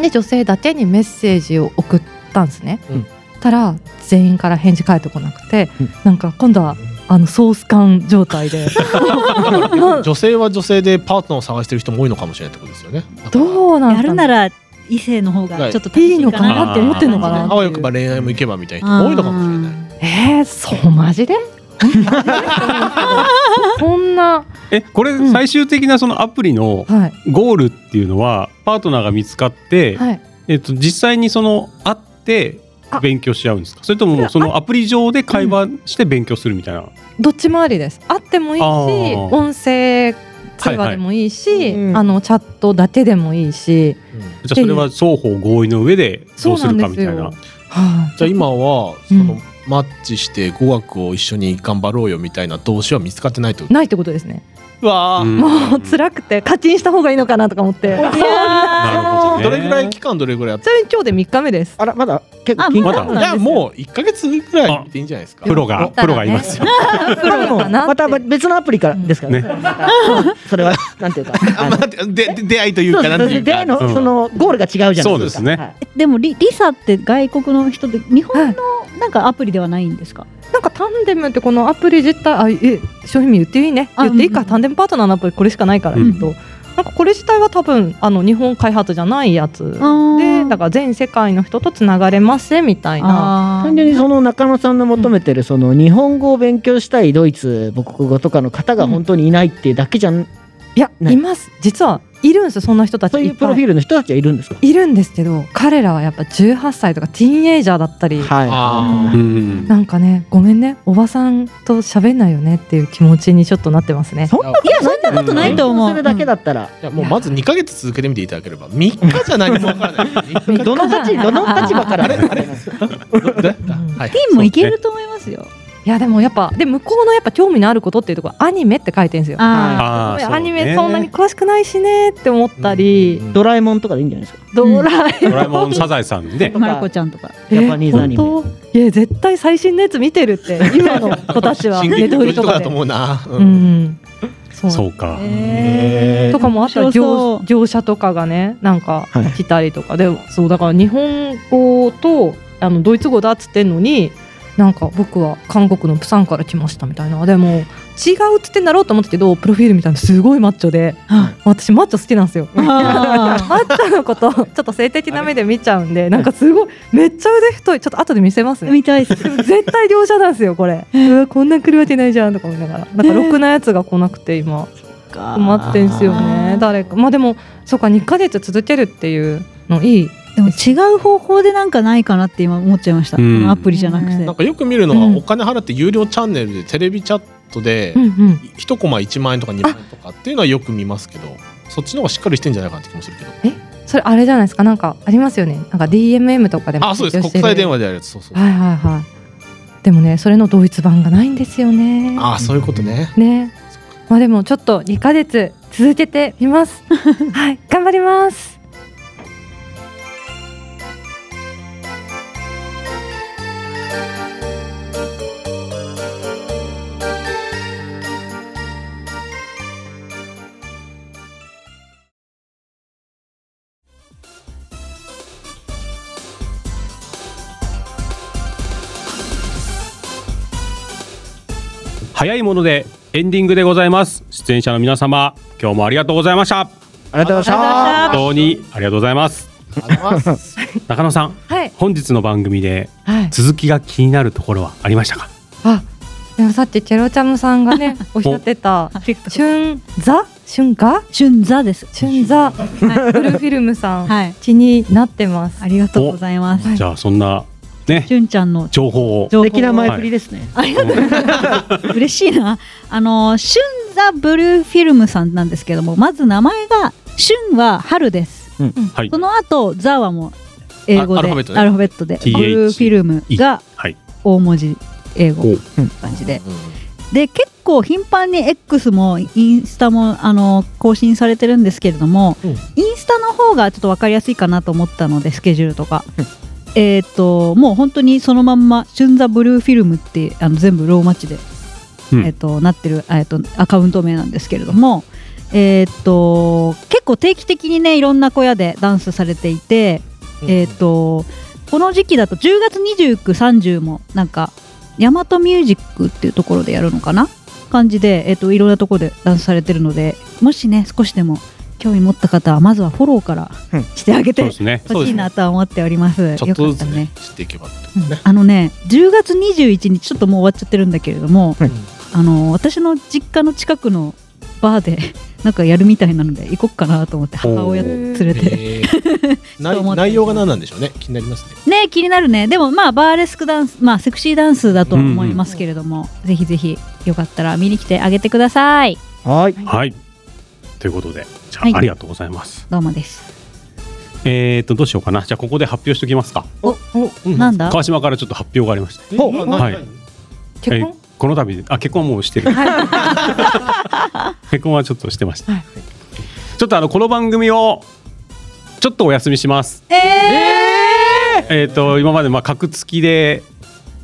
S1: で女性だけにメッセージを送ったんですね。
S5: うん
S1: たら全員から返事返ってこなくて、
S4: うん
S1: なんか今度はあのソース感状態で
S5: 女性は女性でパートナーを探してる人も多いのかもしれないってことですよね。
S1: どうなんだろう
S3: やるならい異性の方
S5: は
S3: が
S5: い
S3: ちょっと楽し
S1: いいのかなって思ってんのか
S5: あ
S1: な
S5: わよくば恋愛もいけばみたいな人多いのかもしれない。
S3: い
S1: えー、そうマジで [laughs] そんな、
S2: えこれ最終的なそのアプリの
S1: はい
S2: ゴールっていうのはパートナーが見つかって、
S1: はい、
S2: えっと、実際にその会って
S1: あ
S2: 勉強し合うんですかそれとももうそのアプリ上で会話して勉強するみたいな、
S1: どっちもありですあってもいいし
S2: あー
S1: 音声通話でもいいし、
S4: うん
S1: あのチャットだけでもいいし、
S2: じゃあそれは双方合意の上でど
S1: そうう
S2: す
S1: な
S2: る
S1: ん
S2: か
S1: で
S2: み
S1: す
S2: たい
S1: よ
S2: な
S1: はい
S5: じゃあ今はそのマッチして語学を一緒に頑張ろうよみたいな動詞は見つかってないってこと。
S1: ないってことですね
S5: うわ
S2: うん
S1: もう辛くて課金した方がいいのかなとか思ってち
S2: なるほど、ね、
S5: どれぐらい期間どれぐらいやって
S1: なみに今日で3日目です
S4: あら、まだ結構
S3: あ
S4: 緊
S3: ま
S4: 張
S3: だ
S5: じゃあもう一ヶ月ぐらいでいいんじゃないですか。
S2: プロがプロがいますよ、
S1: プロかな
S4: また別のアプリからですからね。 [laughs] それは、なんていうか。
S5: あまあでで出会いという
S4: そう
S5: かなん
S4: そう
S5: て
S4: そ
S5: い
S4: うう出会
S5: か
S4: い。のそのゴールが違うじゃないですか。
S2: そうですね
S4: はい
S3: でもリリサって外国の人で日本のなんかアプリではないんですか、
S1: なんかタンデムってこのアプリ自体あえ商品名言っていいね
S3: あ
S1: 言っていいか、
S3: うんうん
S1: タンデムパートナーのアプリこれしかないから、
S2: うん
S1: えっとなんかこれ自体は多分あの日本開発じゃないやつで
S3: ー
S1: だから全世界の人とつながれますみたいな
S3: あ
S4: 単純にその中野さんの求めてるその日本語を勉強したいドイツ母国語とかの方が本当にいないっていうだけじゃん、
S1: いや
S4: ない
S1: います実はいるんですそんな人たち
S4: そう
S1: い
S4: い
S1: っ
S4: うプロ
S1: ぱ
S4: フィ
S1: い
S4: ールの人たちはいるんですか
S1: いるんですけど彼らはやっぱ18歳とかティーンエイジャーだったり、
S4: はい
S5: あ
S2: う
S5: ー
S2: ん、
S1: なんかねごめんねおばさんと喋んないよねっていう気持ちにちょっとなってますね
S4: そんなこと
S3: いやそんなことないと思う、
S4: それだけだったら、
S5: じゃあもうまず二ヶ月続けてみていただければ三日じゃ何もわからない。三日
S4: どの立ちどの立場から
S5: はい。
S3: ティーンもいけると思いますよ、
S1: いやでもやっぱで向こうのやっぱ興味のあることっていうところアニメって書いてるんですよ
S3: あ
S2: あーそうね
S1: アニメそんなに詳しくないしねって思ったり、
S5: うん
S4: ドラえもんとかでいいんじゃないですか
S1: ドラえ
S2: ドラえもんサザエさんで
S3: あマルコちゃんとか
S4: ジャパニーズアニメ
S1: 本当いや絶対最新のやつ見てるって今の子た
S5: [laughs]
S1: ちは
S5: 進
S1: ネ
S5: 撃
S1: ト
S5: の
S1: フ
S5: 巨
S1: リ
S5: 人
S1: とか
S5: とかだ
S1: で
S5: と思うな。
S1: う。んそう
S2: そうか、
S3: へ
S1: とかもあったら
S3: 面白
S1: 業
S3: そう
S1: 業者とかがねなんか
S4: はい
S1: 来たりとかで、そうだから日本語とあのドイツ語だっつってんのになんか僕は韓国のプサンから来ましたみたいなでも違うっつってんだろうと思ったけどプロフィールみたいなすごいマッチョで
S3: はい
S1: 私マッチョ好きなんですよ。
S3: あー
S1: マッチョのことちょっと性的な目で見ちゃうんでなんかすごいめっちゃ腕太いちょっと後で見せますね。
S3: 見たいです
S1: でも絶対両者なんですよこれうわこんなん来るわけないじゃんとか思いながらなんかろくなやつが来なくて今困ってんすよね誰かまあでもそうか2ヶ月続けるっていうのいい
S3: でも違う方法でなんかないかなって今思っちゃいました、
S2: うん
S3: このアプリじゃなくて、
S5: なんかよく見るのは
S1: うん
S5: お金払って有料チャンネルでテレビチャットで
S1: うんうん
S5: 一コマ1万円とか2万円とかっていうのはよく見ますけどそっちの方がしっかりしてんじゃないかなって気もするけど
S1: それあれじゃないですかなんかありますよねなんか DMM とかでも
S5: あそうで
S1: 提供
S5: す
S1: して
S5: 国
S1: る
S5: 際電話でやるやつそうそう
S1: はいはいはいでもねそれの同一版がないんですよね
S5: あそういうことね
S1: ねまあでもちょっと2ヶ月続けてみ
S5: [laughs]
S1: ますはい頑張ります
S2: 早いものでエンディングでございます出演者の皆様今日もありがとうございました
S4: ありがとうございま
S2: 本当にありがとうございます中野さん
S1: はい
S2: 本日の番組で
S1: はい
S2: 続きが気になるところはありましたか
S1: あでもさっきチェロチャムさんが
S5: [laughs]
S1: ねおっしゃってた
S3: あフィクト
S1: 春座春が
S3: 旬座です
S1: 春座ブルーフィルムさん、
S3: はい
S1: 気になってます
S3: あ。りがとうございます
S2: じゃあそんなね
S3: 旬ちゃんの
S2: 情報を
S4: す
S3: 情報
S4: 素敵な前
S3: を
S4: 振りですね、
S3: ありがとうございます嬉しいなあの旬ザブルーフィルムさんなんですけどもまず名前が旬は春です
S2: はい
S3: その後ザはもう英語
S5: あア
S3: で
S5: ルファベットね
S3: アルファベットでブ
S2: TH
S3: ルーフィルムが
S2: はい
S3: 大文字英語
S2: お
S3: って感じでで結構頻繁に X もインスタもあの更新されてるんですけれども、
S5: うん
S3: インスタの方がちょっと分かりやすいかなと思ったのでスケジュールとか、えっともう本当にそのまんま「旬ザブルーフィルム」ってあの全部ローマ字で、
S2: うん
S3: えっとなってる、えっとアカウント名なんですけれども、えっと結構定期的にねいろんな小屋でダンスされていて、えっとこの時期だと10月29、30もなんかヤマトミュージックっていうところでやるのかな感じで、えっといろんなところでダンスされてるのでもしね少しでも興味持った方はまずはフォローから
S5: うん
S3: してあげ
S2: そう
S3: て
S2: ですね。
S3: ほしいなとは思っております。
S5: ちょっとずつ
S3: よかた
S5: ね知っていけばってことね、
S3: あのね、10月21日、ちょっともう終わっちゃってるんだけれども、
S5: はい
S3: あの私の実家の近くのバーでなんかやるみたいなので行こっかなと思って
S2: おー
S3: 母親連れて。
S5: えー
S3: [laughs] そう思っ
S5: 内
S3: て
S5: 内容が何なんでしょうね気になりますね
S3: ね気になるねでもまあバーレスクダンスまあセクシーダンスだとは思いますけれども、ぜひぜひよかったら見に来てあげてください
S4: はい。
S2: はい。ということで、じゃあ、
S3: はい
S2: ありがとうございます。
S3: どうもです
S2: えっと、どうしようかな。じゃあ、ここで発表しておきますか。うん
S3: なんだ
S2: 川島からちょっと発表がありまして。
S5: ほう
S2: はい
S1: 結
S2: え
S1: 婚
S2: ーこの度あ結婚はもうしてる [laughs] 結婚はちょっとしてました、
S1: はい
S2: ちょっとあのこの番組をちょっとお休みします
S3: ええ
S2: えっ、と今までまあ格付きで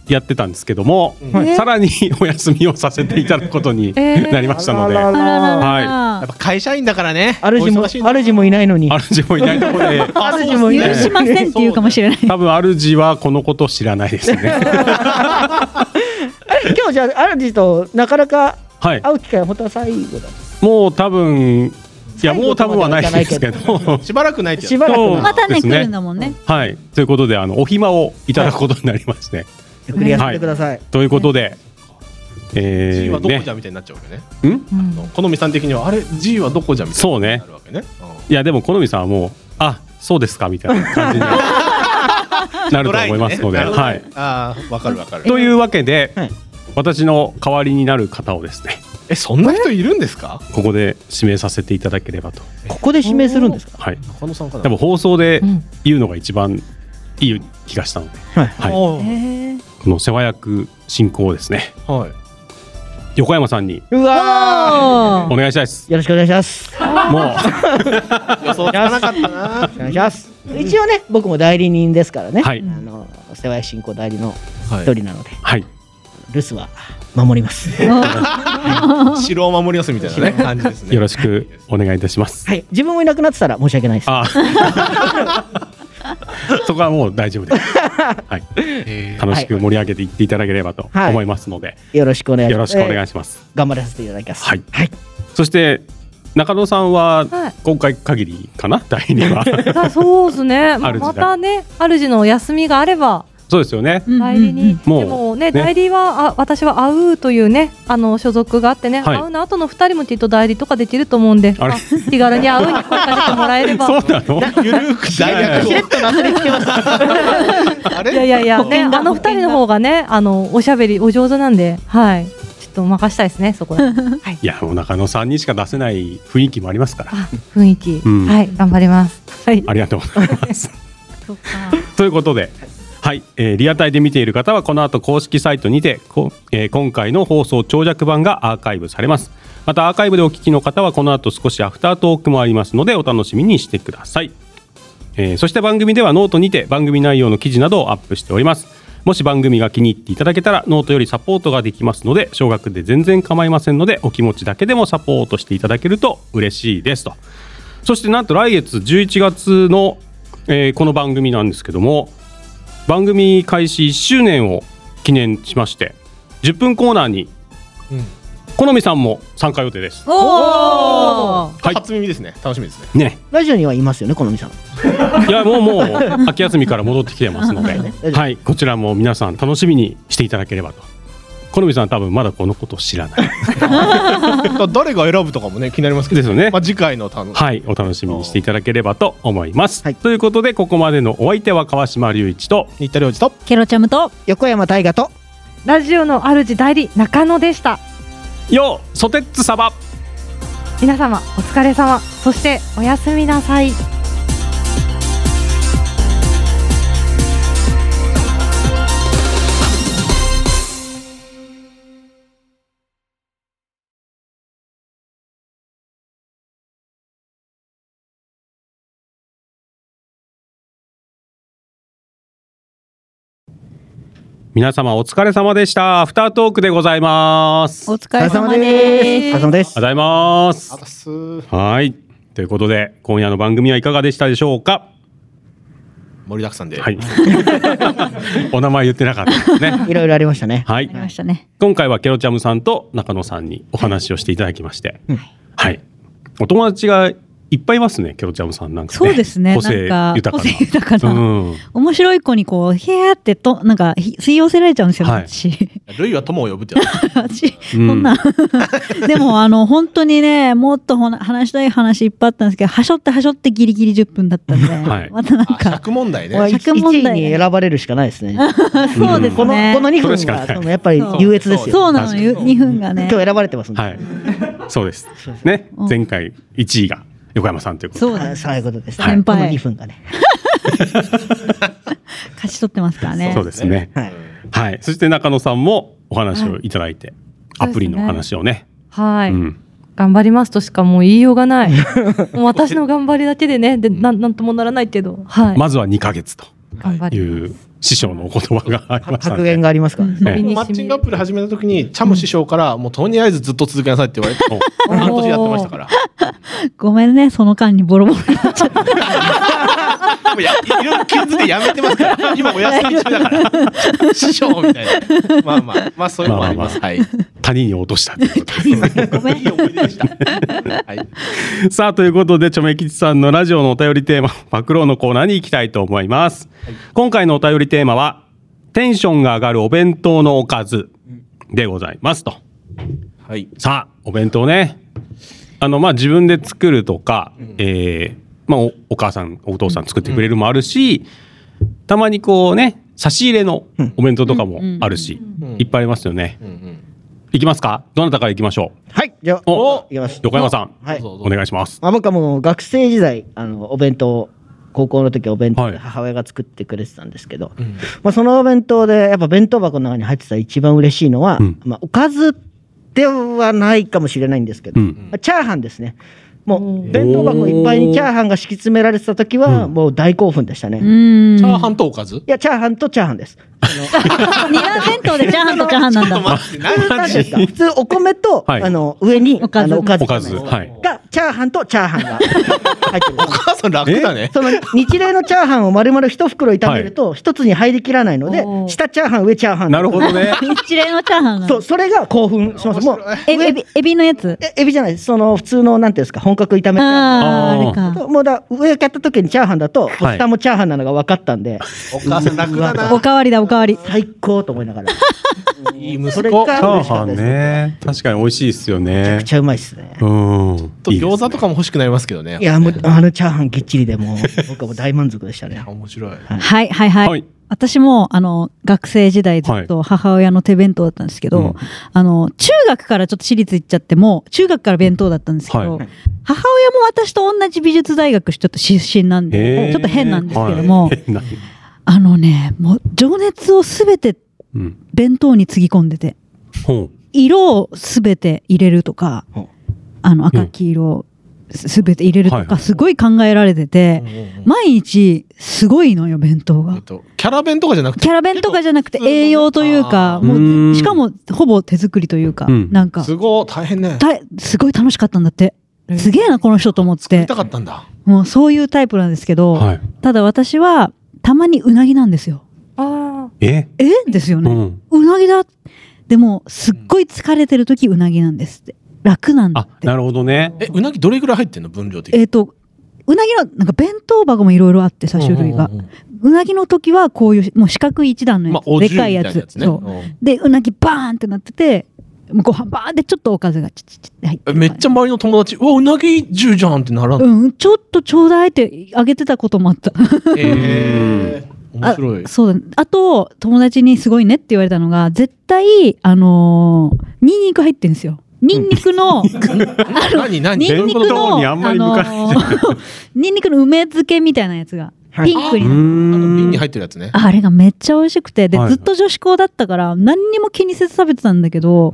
S2: やってたんですけども、
S5: はい
S2: さらにお休みをさせていただくことに
S1: えー
S2: なりましたので、
S4: あら
S3: あららら
S4: らら
S2: はい
S5: やっぱ会社員だからね
S4: 主も
S5: お忙しい、な
S4: 主もいないのに。
S2: 主もいないところで
S4: 主もいな
S3: 許
S4: い。
S3: しませんって言うかも
S2: [laughs]
S3: しれない
S2: 多分主はこのこと知らないですね
S4: あれ今日じゃあ、主となかなか
S2: はい
S4: 会う機会は本当は最後だ。
S2: もう多分いやもう多分はないですけど
S5: しばらくないって
S4: し
S5: や
S4: ばらく
S2: そう
S4: な
S3: また
S2: で
S3: ね
S2: す
S3: 来
S2: ね
S3: るんだもんね
S2: [laughs] はいということであのお暇をいただくことになりまして、
S4: ゆっくり休んでください。
S2: ということで、えー
S5: つ G はどこじゃ
S2: ね、
S5: みたいになっちゃうわけね
S2: うん
S1: うん
S5: 好みさん的にはあれ G はどこじゃみたい
S2: そうね
S5: になるわけね
S2: いやでも好みさんはもうあそうですかみたいな感じにな
S5: [laughs]
S2: ると思いますので、はい、
S5: ああわかるわかる
S2: というわけで、
S4: はい
S2: 私の代わりになる方をですね
S5: えそんな人いるんですか
S2: ここで指名させていただければと、
S4: ここで指名するんですか。
S2: はい、
S5: 中野さんかな
S2: 多分放送で
S1: うん
S2: 言うのが一番いい気がしたので、
S4: はい
S2: はい
S5: おー
S3: え
S2: この世話役進行をですね
S5: はい
S2: 横山さんに
S4: うわ
S2: お願いしたいです
S4: ー。よろしくお願いします。お
S2: も
S5: 予想つかなかったな
S4: 願いします。一応ね、僕も代理人ですからね。
S2: うはい
S4: あの、お世話進行代理の
S5: は
S4: 一人なので、
S2: はい
S4: 留守は
S2: [laughs]
S4: 守ります。
S5: 城を守りますみたいな
S3: [laughs]
S5: ね感じですね
S2: よろしくお願いいたします
S4: はい、自分もいなくなってたら申し訳ないです。
S2: あそこはもう大丈夫
S4: [laughs]
S2: です。はい、楽しく盛り上げていっていただければと
S4: はい
S2: 思いますので、
S4: よろしくお願いし
S2: よろ
S4: ま
S2: し
S4: す。
S2: くお願い
S4: し
S2: します。
S4: ます。頑張らせていただきます。
S2: はい
S4: はい、
S2: そして中野さんは
S1: はい
S2: 今回限りかな、第二は。
S4: [laughs]
S1: あそうですね
S2: 主だ
S1: またね主のお休みがあれば
S2: そうですよね。
S3: うんうんうん
S1: 代理に、
S2: うんうん
S1: でもね
S2: もうね
S1: 代理はあ私は会うというねあの所属があってね、
S2: はい
S1: 会うの後の二人もきっと代理とかできると思うんで
S2: あれ
S1: まあ気軽に [laughs] 会うに声かけてもらえれば
S2: そうなの？
S5: ゆるーく大
S2: しれ
S5: 学をあ
S1: いや
S5: れ
S1: いやいや、ね、あの二人の方がねあのおしゃべりお上手なんではいちょっと任したいですねそこは
S2: [laughs]
S1: はい
S2: いやもう中野さんにしか出せない雰囲気もありますから。
S1: あ雰囲気、
S2: うん
S1: はい頑張りますはい
S2: ありがとうございます。
S3: [laughs] そっか
S2: ということで、はい、えーリアタイで見ている方はこの後公式サイトにて、こえー今回の放送長尺版がアーカイブされます。またアーカイブでお聞きの方はこの後少しアフタートークもありますのでお楽しみにしてください。えーそして番組ではノートにて番組内容の記事などをアップしております。もし番組が気に入っていただけたらノートよりサポートができますので少額で全然構いませんのでお気持ちだけでもサポートしていただけると嬉しいですと。そしてなんと来月11月の、えーこの番組なんですけども番組開始1周年を記念しまして10分コーナーに
S5: うん
S2: 好みさんも参加予定です。
S1: お
S2: はい
S5: 初耳ですね楽しみですね
S2: ね、
S4: ラジオにはいますよね、このみさん。
S2: いやもうもう秋休みから戻ってきてますので、
S4: [laughs] 大丈夫
S2: はい、こちらも皆さん楽しみにしていただければと。好みさん多分まだこのこと知ら
S4: [laughs]
S2: ない
S5: だ誰が選ぶとかもね気になりますけ
S2: で
S5: ど
S2: すよね
S5: ま。あ次回の楽し
S2: はい、お楽しみにしていただければと思います。
S4: はい
S2: ということでここまでのお相手は川島隆一と
S5: み新田良二と
S3: ケロちゃむと
S4: 横山大河と。
S1: ラジオの主代理中野でした
S2: ようソテッツサバ
S1: 皆様お疲れ様そしておやすみなさい
S2: 皆様お疲れ様でした。アフタートークでございます。
S3: お
S2: おはよ
S3: 疲れ様
S4: お
S3: で
S4: 疲れ
S3: す
S4: 様です
S2: うご。ざいます
S5: あ。ざっすー
S2: はい。ということで、今夜の番組はいかがでしたでしょうか
S5: 盛りだくさんで
S2: はい。 [laughs] お名前言ってなかったですね。
S3: [laughs]
S4: いろいろありましたね。
S2: は
S3: あり
S2: い。
S3: ましたね
S2: 今回はケロチャムさんと中野さんにお話をしていただきまして、はい。お友達がいっぱいいますね、ケロちゃんさんなんか、ね。
S3: そうですね。
S2: 個性
S3: なんか
S2: 豊か
S3: 個性豊か
S2: な。
S3: な。
S2: うん。
S3: 面白い子にこう、ひゃーってと、なんか、ひ吸い寄せられちゃうんですよ、
S2: はい
S3: 私。
S5: ルイは友を呼ぶってやつ
S3: 私、
S2: うん
S3: そんな。 [laughs] でも、あの、本当にね、もっとほな話したい話いっぱいあったんですけど、はしょってはしょってギリギリ10分だったんで、
S2: [laughs] はい
S3: またなん
S5: あ
S3: か、
S5: 尺問題
S4: まあ
S5: ね。
S4: 一
S3: 尺問題
S4: 一位に選ばれるしかないですね。
S3: [laughs] そうです
S4: この
S3: ね。
S4: この2
S2: それ
S4: 分
S2: しかない
S4: がそのやっぱり優越ですよ。
S3: そうなのよ、2分がね
S4: 今。日選ばれてますんで。
S2: はい。そうです。ね、
S3: うん
S2: 前回1位が横山さんということ
S3: そう
S4: あ
S3: です。
S4: そういうことです。
S3: 先輩
S4: この2分がね。
S3: 勝ち取ってますから
S2: で。
S3: ね
S2: そう。ですね。
S4: はい。
S2: はい。そして中野さんもお話をいただいて、
S1: はい
S2: アプリのお話をね。
S1: はい、
S2: うん。
S1: 頑張りますとしかもう言いようがないもう私の頑張りだけでねでなんなんともならないけどはい、
S2: まずは2ヶ月と
S1: 頑張
S2: い
S1: ります
S2: う師匠のお言葉がありました
S4: 格
S2: の
S4: 言
S2: で。
S4: がありますからね。
S1: うん
S2: ええ
S1: 身に
S5: マッチ
S1: 染み
S5: ングア
S1: る
S5: プリ始めた時にチャム師匠からもうとりあえずずっと続けなさいって言われて半年やってましたから。
S3: ごめんね、その間にボロボロ。
S2: [laughs]
S5: でもやいろいろ傷でやめてますから。今お休み中だから。師匠みたいな。まあまあまあそういうのもあります。
S2: ま
S5: はい。い
S2: 谷に落としたということで
S3: ごめん。
S5: い思い出でした。はい。
S2: さあ、ということで、ちょめ吉さんのラジオのお便りテーマ、パクローのコーナーに行きたいと思います。今回のお便りテーマは、テンションが上がるお弁当のおかずでございますと。
S5: はい。
S2: さあ、お弁当ね。あの、まあ、自分で作るとか、えーまあお、お母さん、お父さん作ってくれるもあるし、たまにこうね、差し入れのお弁当とかもあるし、
S5: うん
S2: いっぱいありますよね
S5: う。んうん。
S2: いきますかどなたからいきましょ
S4: はい。じゃあ、
S2: う
S4: 行
S2: お
S4: きます。
S2: 横山さん、
S4: はい。
S5: どうぞ
S2: お願いします。
S4: まあ僕はもう学生時代、あの、お弁当、高校の時お弁当
S2: は
S4: で
S2: い
S4: 母親が作ってくれてたんですけど、まあそのお弁当で、やっぱ弁当箱の中に入ってた一番嬉しいのは、
S2: うん
S4: まあおかずではないかもしれないんですけど、
S2: うん
S4: まあチャーハンですね。も
S1: お
S4: う
S1: ー
S4: 弁当箱いっぱいにチャーハンが敷き詰められてた時は、もう大興奮でしたね。
S3: う
S4: い
S3: ん。
S5: チャーハンとおかず。
S4: や、チャーハンとチャーハンです。
S3: 二段弁当でチャーハンとチャーハンなんだ。
S5: 待って何
S4: なんですか普通お米と、
S2: はい
S4: あの、上に、
S3: おかず
S4: あのおかず
S2: おかず、はい。
S4: が、チャーハンとチャーハンが入ってる
S5: お。
S2: [laughs]
S5: 母さん楽だね。
S4: その日例のチャーハンを丸々一袋炒めると一つに入りきらないので、
S1: おー
S4: 下チャーハン上チャーハン
S2: なるほどね。
S3: 一例のチャーハンなんだ
S4: そうそれが興奮しますもう
S3: エビエビエビのやつ。
S4: えエビじゃないですその普通のなんていうんですか本格炒めチャーハン
S3: あ
S2: あー
S3: あ、あれか。
S4: ともうだ上やった時にチャーハンだと
S2: はい
S4: 下もチャーハンなのが分かったんで、
S5: お母さん楽だ
S3: お
S5: な。
S3: かわりだ、おかわり。
S4: 最高と思いながら
S5: いい
S4: そ
S5: 息
S4: れ
S5: 子。
S2: チャ
S4: が
S2: ー
S4: 嬉し
S2: ハ
S4: かった
S2: ン
S4: です
S2: ね。確かに美味しいですよ
S4: めちゃ
S2: ね
S4: く。ちゃうまいっすね
S2: うん。い
S5: と
S2: いです
S5: 餃子とかも欲しくなりますけどね。
S4: いやもうあのチャーハンぎっちりでもう僕はもう大満足でしたね
S5: 面白い。
S3: はい、はい、は
S2: はいい。
S3: 私も、あの、学生時代ずっと母親の手弁当だったんです
S2: う
S3: け
S2: ん
S3: ど、あの、中学からちょっと私立行っちゃっても、中学から弁当だったんですけど
S2: はい、
S3: 母親も私と同じ美術大学ちょっと出身な
S2: へ
S3: んで
S2: ー、
S3: ちょっと変なんですけども
S2: は、い変な
S3: あのね、もう情熱をすべて
S2: うん。
S3: 弁当につぎ込んでて、
S2: ほ
S3: 色をすべて入れるとか
S4: うん、
S3: あの赤黄色をすべて入れると
S2: は
S3: か、
S2: い
S3: すごい考えられてて、毎日すごいのよ、弁当
S5: え
S3: が
S5: っ。とキャラ弁とかじゃなくて。
S3: キャラ弁とかじゃなくて
S5: 結構
S3: 栄養というか、
S5: 普通
S2: のあーうー
S3: も
S2: ん
S3: う、しかもほぼ手作りというか
S2: うん、
S3: なんか、
S5: すごい大変ね。
S3: たすごい楽しかったんだって。すげえな、この人と思っ
S5: 作り
S3: て
S5: た。かったんだ。
S3: もうそういうタイプなんですけ
S2: う。
S3: ど、
S2: はい。
S3: ただ私は、たまにうなぎなんですよ。
S1: あ
S2: え
S3: えですよ
S2: う
S3: ね。
S2: ん。
S3: うなぎだ。でも、すっごい疲れてる時うなぎなんですって。楽なんだ
S2: あ
S3: っ、て
S2: な。るほどね。
S5: えうなぎどれぐらい入ってんの分量的に。
S3: えっ、と、うなぎの、なんか弁当箱もいろいろあってさ、種類が
S5: うん。うんうん
S3: うなぎの時はこういう、もう四角い一段の
S5: ま
S3: や
S5: あ
S3: つ、
S5: お
S3: で
S5: 重
S3: っかい
S5: み
S3: や
S5: た
S3: つ
S5: いなやつね。
S3: そう
S5: うん
S3: で、うなぎバーンってなってて、もうご飯バーンってちょっとおかずがチッチッチッって入って
S5: え
S3: る
S5: めっちゃ周りの友達、うわ、うなぎ10じゃんってならん。
S3: うん、ちょっとちょうだいってあげてたこともあった。
S5: えー、面白い
S3: あ。そうだ、ね、あと、友達にすごいねって言われたのが、絶対、あのー、ニンニク入ってんですよ。ニンニクの、
S5: 何何
S3: ニンニク
S2: 弁当
S3: の、
S2: にあんまり向かない
S3: あのーニンニクの梅漬けみたいなやつが、ピンク
S2: う
S3: になって
S5: あの瓶に
S2: ん。
S5: 入ってるやつね。
S3: あれがめっちゃ美味しくて、で、
S2: はい
S3: ずっと女子校だったから、何にも気にせず食べてたんだけど、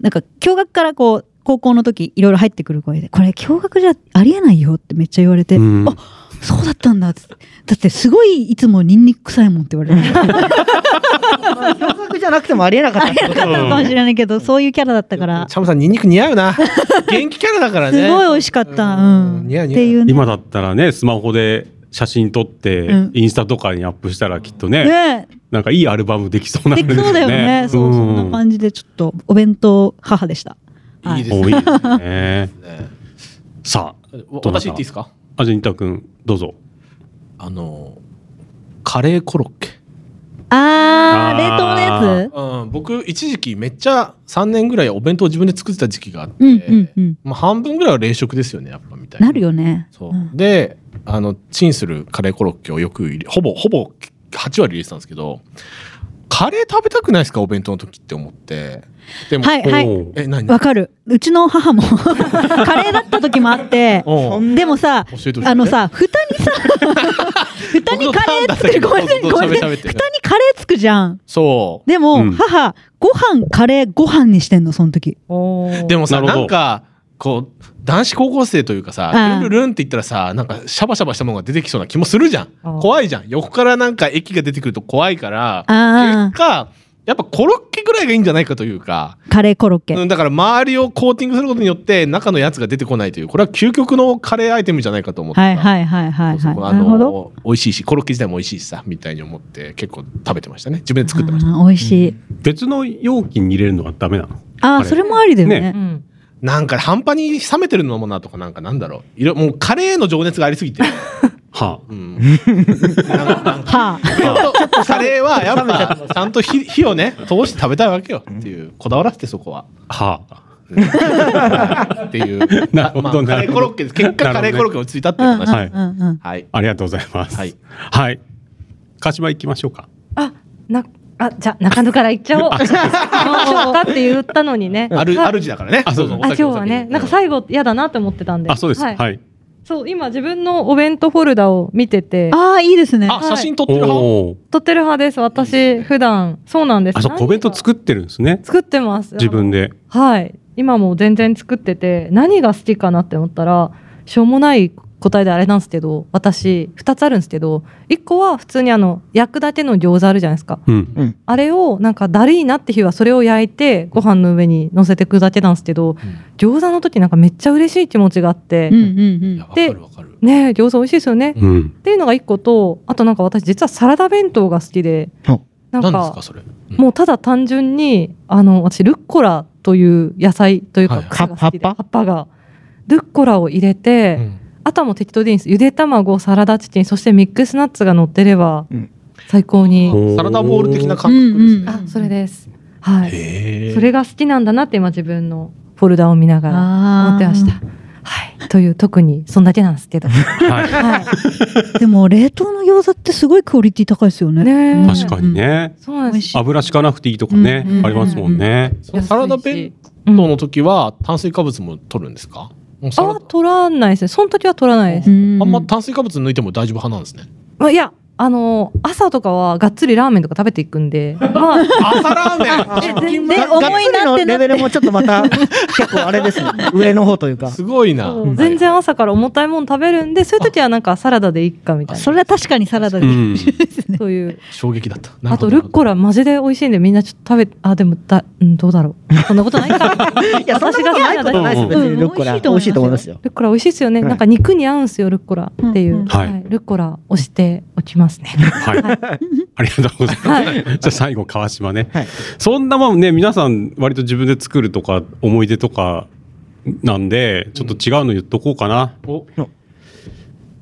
S3: なんか、共学からこう、高校の時、いろいろ入ってくる声で、これ、共学じゃありえないよってめっちゃ言われて、
S2: うん
S3: あそうだったんだっつって。だって、すごいいつもニンニク臭いもんって言われて、
S4: 驚愕じゃなくてもありえなかったってこ
S3: なかったのかもしれないけど、そういうキャラだったから、す
S5: チャムさん、ニンニク似合
S3: [laughs]
S5: うな。元気キャラだから
S3: ごい
S5: ね。
S3: 美味しかった。うん。
S5: うん似合う
S3: っ
S5: 似合う
S3: ていうね。
S2: 今だったらね、スマホで写真撮って
S3: うん、
S2: インスタとかにアップしたらきっとね、
S3: ね
S2: なんかいいアルバムできそうな
S3: できそうだよね。そう、そんな感じで、ちょっと、お弁当母でした。はい
S5: いで
S3: [laughs]
S5: す
S2: 多いですね。
S5: ね。
S2: さあ、
S5: わ
S2: どなた
S5: 私言っていいですか
S2: あじゃあ新田君どうぞ
S5: あのカレーコロッケ
S3: あー、冷凍の
S2: あー
S3: やつ
S5: うん、僕一時期めっちゃ3年ぐらいお弁当を自分で作ってた時期があって、
S3: うんうんうん。
S5: まあ、半分ぐらいは冷食ですよねやっぱみたいな
S3: なるよね。
S5: そう、
S3: うん
S5: であのチンするカレーコロッケをよく入れほぼほぼ8割入れてたんですけどカレー食べたくないですかお弁当の時って思ってでも、
S3: はいはい。
S2: おう
S5: え何
S3: わかる。うちの母も、 [laughs] カレーだった時もあって、
S5: おう
S3: でもさ
S5: 教えてほしい、ね
S3: あのさ、蓋に
S5: [laughs]
S3: さ、蓋にカレー作る、ごめんなさい、
S5: 僕の
S3: ご
S5: ター
S3: め
S5: ン
S3: ん
S5: だ
S3: なさ
S5: ったけどどうぞ喋っ
S3: い。蓋
S5: て
S3: にカレーつくじゃん。
S5: そ
S3: でも、
S2: うん
S3: 母、ご飯、カレー、ご飯にしてんの、その時。
S5: うでもさ
S2: なる
S5: な
S2: ほど
S5: んかこう男子高校生というか
S3: あ
S5: さ
S3: あ
S5: ルンルルンって言ったらさなんかシャバシャバしたものが出てきそうな気もするじゃん
S1: ああ
S5: 怖いじゃん横からなんか液が出てくると怖いから
S3: あ
S5: 結果やっぱコロッケぐらいがいいんじゃないかというか
S3: カレーコロッケ。
S5: うん、だから周りをコーティングすることによって中のやつが出てこないというこれは究極のカレーアイテムじゃないかと思ってた
S3: はいはいはいはい
S5: そう
S3: は
S5: そ
S3: い。な
S5: う
S3: る
S5: あ
S3: ほど。
S5: の美味しいしコロッケ自体も美味しいしさみたいに思って結構食べてましたね自分で作ってました
S3: あー美味しい。
S2: 別の容器に入れるのはダメなの
S3: あ
S2: カ
S3: あ、
S2: レー
S3: それもありだよ
S1: う
S3: ね。
S1: ん、
S5: なんか半端に冷めてるのもなとかなんかなんだろういろもうカレーへの情熱がありすぎて、
S2: は
S5: うん、なんか
S3: はあ。
S5: カレーはやっぱちゃんと火火をね通して食べたいわけよっていうこだわらせてそこは
S2: あはあ
S5: っていう
S2: なるほど
S5: まあカ
S2: な
S5: レ
S2: る
S5: ー
S2: ほど
S5: コロッケです結果カレーコロッケに落ち着いたっていう
S3: うんうん
S5: 話、
S2: はい
S3: うんうん。
S5: はい
S2: ありがとうございます
S5: はい、
S2: はい、鹿島行きましょうか
S1: あなあじゃあ中野から行っちゃおう行っちゃったって言ったのにね
S5: ある
S1: あ
S5: あるじだからね。
S2: あそうそう
S5: ど
S1: あ
S5: ぞ
S1: 今日はねなんか最後嫌だなって思ってたんで
S2: あそうですはい、
S1: そう今自分のお弁当フォルダを見てて
S3: ああ、いいですね。
S5: あ、写真撮って
S2: お
S5: る派。
S2: お
S1: 撮ってる派です私普段そうなんです
S2: あそう
S1: 何
S2: お弁当
S1: が
S2: 作ってるんですね
S1: 作ってます
S2: 自分で
S1: はい今も全然作ってて何が好きかなって思ったらしょうもない答えであれなんですけど私2つあるんですけど1個は普通にあの焼くだけの餃子あるじゃないですか
S2: うん
S1: あれをなんかだるいなって日はそれを焼いてご飯の上に乗せてくだけなんですけど、餃子の時なんかめっちゃ嬉しい気持ちがあって、
S3: うんうんうん。
S5: いやわかるわかる。
S1: ねえ餃子美味しいですよね、っ
S2: うん
S1: ていうのが1個とあとなんか私実はサラダ弁当が好きで
S4: ほ
S1: なん
S5: 何
S1: か
S5: ですかそれ。
S1: もうただ単純にあの私ルッコラという野菜というか
S5: はい
S1: 草が好きで
S4: 葉っぱ
S1: 葉っぱがルッコラを入れて、
S5: うん
S1: あとはもう適当でいいんですゆで卵サラダチキンそしてミックスナッツが乗ってれば
S4: うん
S1: 最高に、
S2: おー
S5: サラダボール的な感覚ですね。
S1: あそれですはい
S5: へえ。
S1: それが好きなんだなって今自分のフォルダを見ながら思
S3: あ
S1: ってましたはいという特にそんだけなんです
S3: [laughs]
S1: けど
S2: はい
S1: はい
S3: た。でも、冷凍の餃子ってすごいクオリティ高いですよね。
S1: ねえ
S2: 確かにね、
S1: そうなん
S3: 美
S1: で
S3: 味
S1: す
S3: しい。
S2: 油敷かなくていいとかね、
S3: うん
S2: ありますもんね、
S5: そのサラダ弁当の時は炭水化物も取るんですか。もうサラ
S1: あ
S5: ダ
S1: 取らないですねその時は取らないです
S3: うん
S5: あんま炭水化物抜いても大丈夫派なんですね。
S1: まあ、いや、あのー朝とかはがっつりラーメンとか食べていくん
S4: [laughs]
S1: で、まあ、
S5: 朝ラーメ
S3: で、重いなって
S4: レ
S3: な
S4: ベルもちょっとまた結構あれですね上の方というか
S5: ン。すごいな。
S1: そう全然朝から重たいもの食べるんで、そういう時はなんかサラダでいいかみたいな、
S3: それは確かにサラダ
S2: う
S3: で。 [laughs]
S2: ん、
S1: そういう。
S5: 衝撃だった。なる
S1: あ
S5: ほ
S1: と、
S5: ど
S1: ルッコラマジで美味しいんで、みんなちょっと食べ、あ、でもだ、うん、どうだろう。そんなことないか。
S4: [laughs] いやそんなことないことないです別にルッコラ
S3: うん
S4: 美味しいと思いますよ。
S1: ルッコラ美味しいですよね。
S4: はい
S1: なんか肉に合うんすよ、ルッコラっていう。
S3: うんうん
S2: はい
S1: ルッコラ押しておきますね。
S2: はい、ありがとうございます。じゃあ最後川島ね、
S4: はい
S2: そんなもんね皆さん割と自分で作るとか思い出とかなんでちょっと違うの言っとこうかな。
S5: お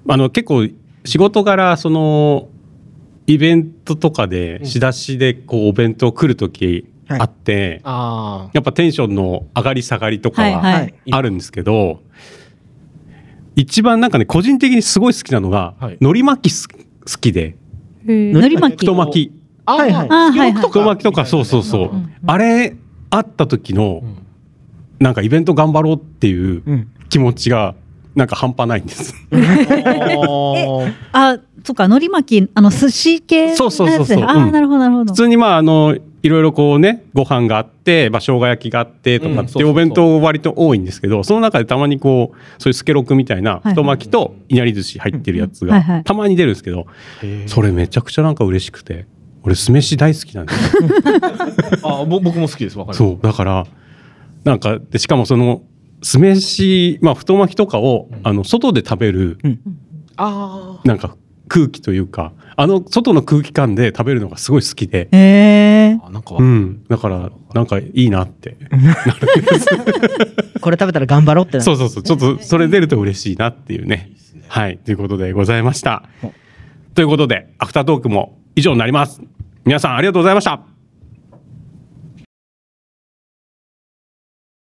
S2: あの結構仕事柄そのイベントとかで
S5: ん
S2: 仕出しでこうお弁当来る時あって、
S5: あ
S2: やっぱテンションの上がり下がりとか
S3: はい
S2: は
S3: はい。
S2: あるんですけど、一番なんかね個人的にすごい好きなのが、
S5: はい
S2: 海苔巻きす好きで
S1: へ
S3: の
S1: ー
S3: り巻き。
S2: 太巻き。
S5: あ。
S4: はいはい
S3: あはいはい
S5: スキロク
S2: 太巻きとかそうそうそう、
S1: うん
S2: あれあった時の
S5: うん
S2: なんかイベント頑張ろうっていう
S4: うん
S2: 気持ちがなんか半端ないんです、
S5: おー
S3: あ、そっか、海苔巻き、あの、寿司系のやつで。
S2: そうそうそうそう
S3: あ
S2: う
S3: あ、
S2: ん
S3: なるほど、なるほど。
S2: 普通にまああのいろいろこうねご飯があって、まあ、生姜焼きがあってとか
S5: うん
S2: っ
S5: そうそ
S2: て
S5: うそう
S2: お弁当割と多いんですけど、その中でたまにこうそういうスケロクみたいない太巻きといなり寿司入ってるやつ
S3: うんはいは
S2: が
S3: い
S2: たまに出るんですけど、
S5: へー
S2: それめちゃくちゃなんか嬉しくて俺酢飯大好きなんですよ
S5: あ、ぼ僕も好きです。わかる。
S2: そうだからなんかでしかもその酢飯、まあ、太巻きとかを、
S5: うん
S2: あの外で食べる
S5: ああ。
S2: なんか空気というかあの外の空気感で食べるのがすごい好きで、
S3: えー、
S5: あなんかわ
S2: う
S5: かる
S2: ん、だからなんかいいなって
S4: これ食べたら頑張ろうってなる
S2: そうそうそうちょっとそれ出ると嬉しいなっていうねはいということでございましたということでアフタートークも以上になります皆さんありがとうございました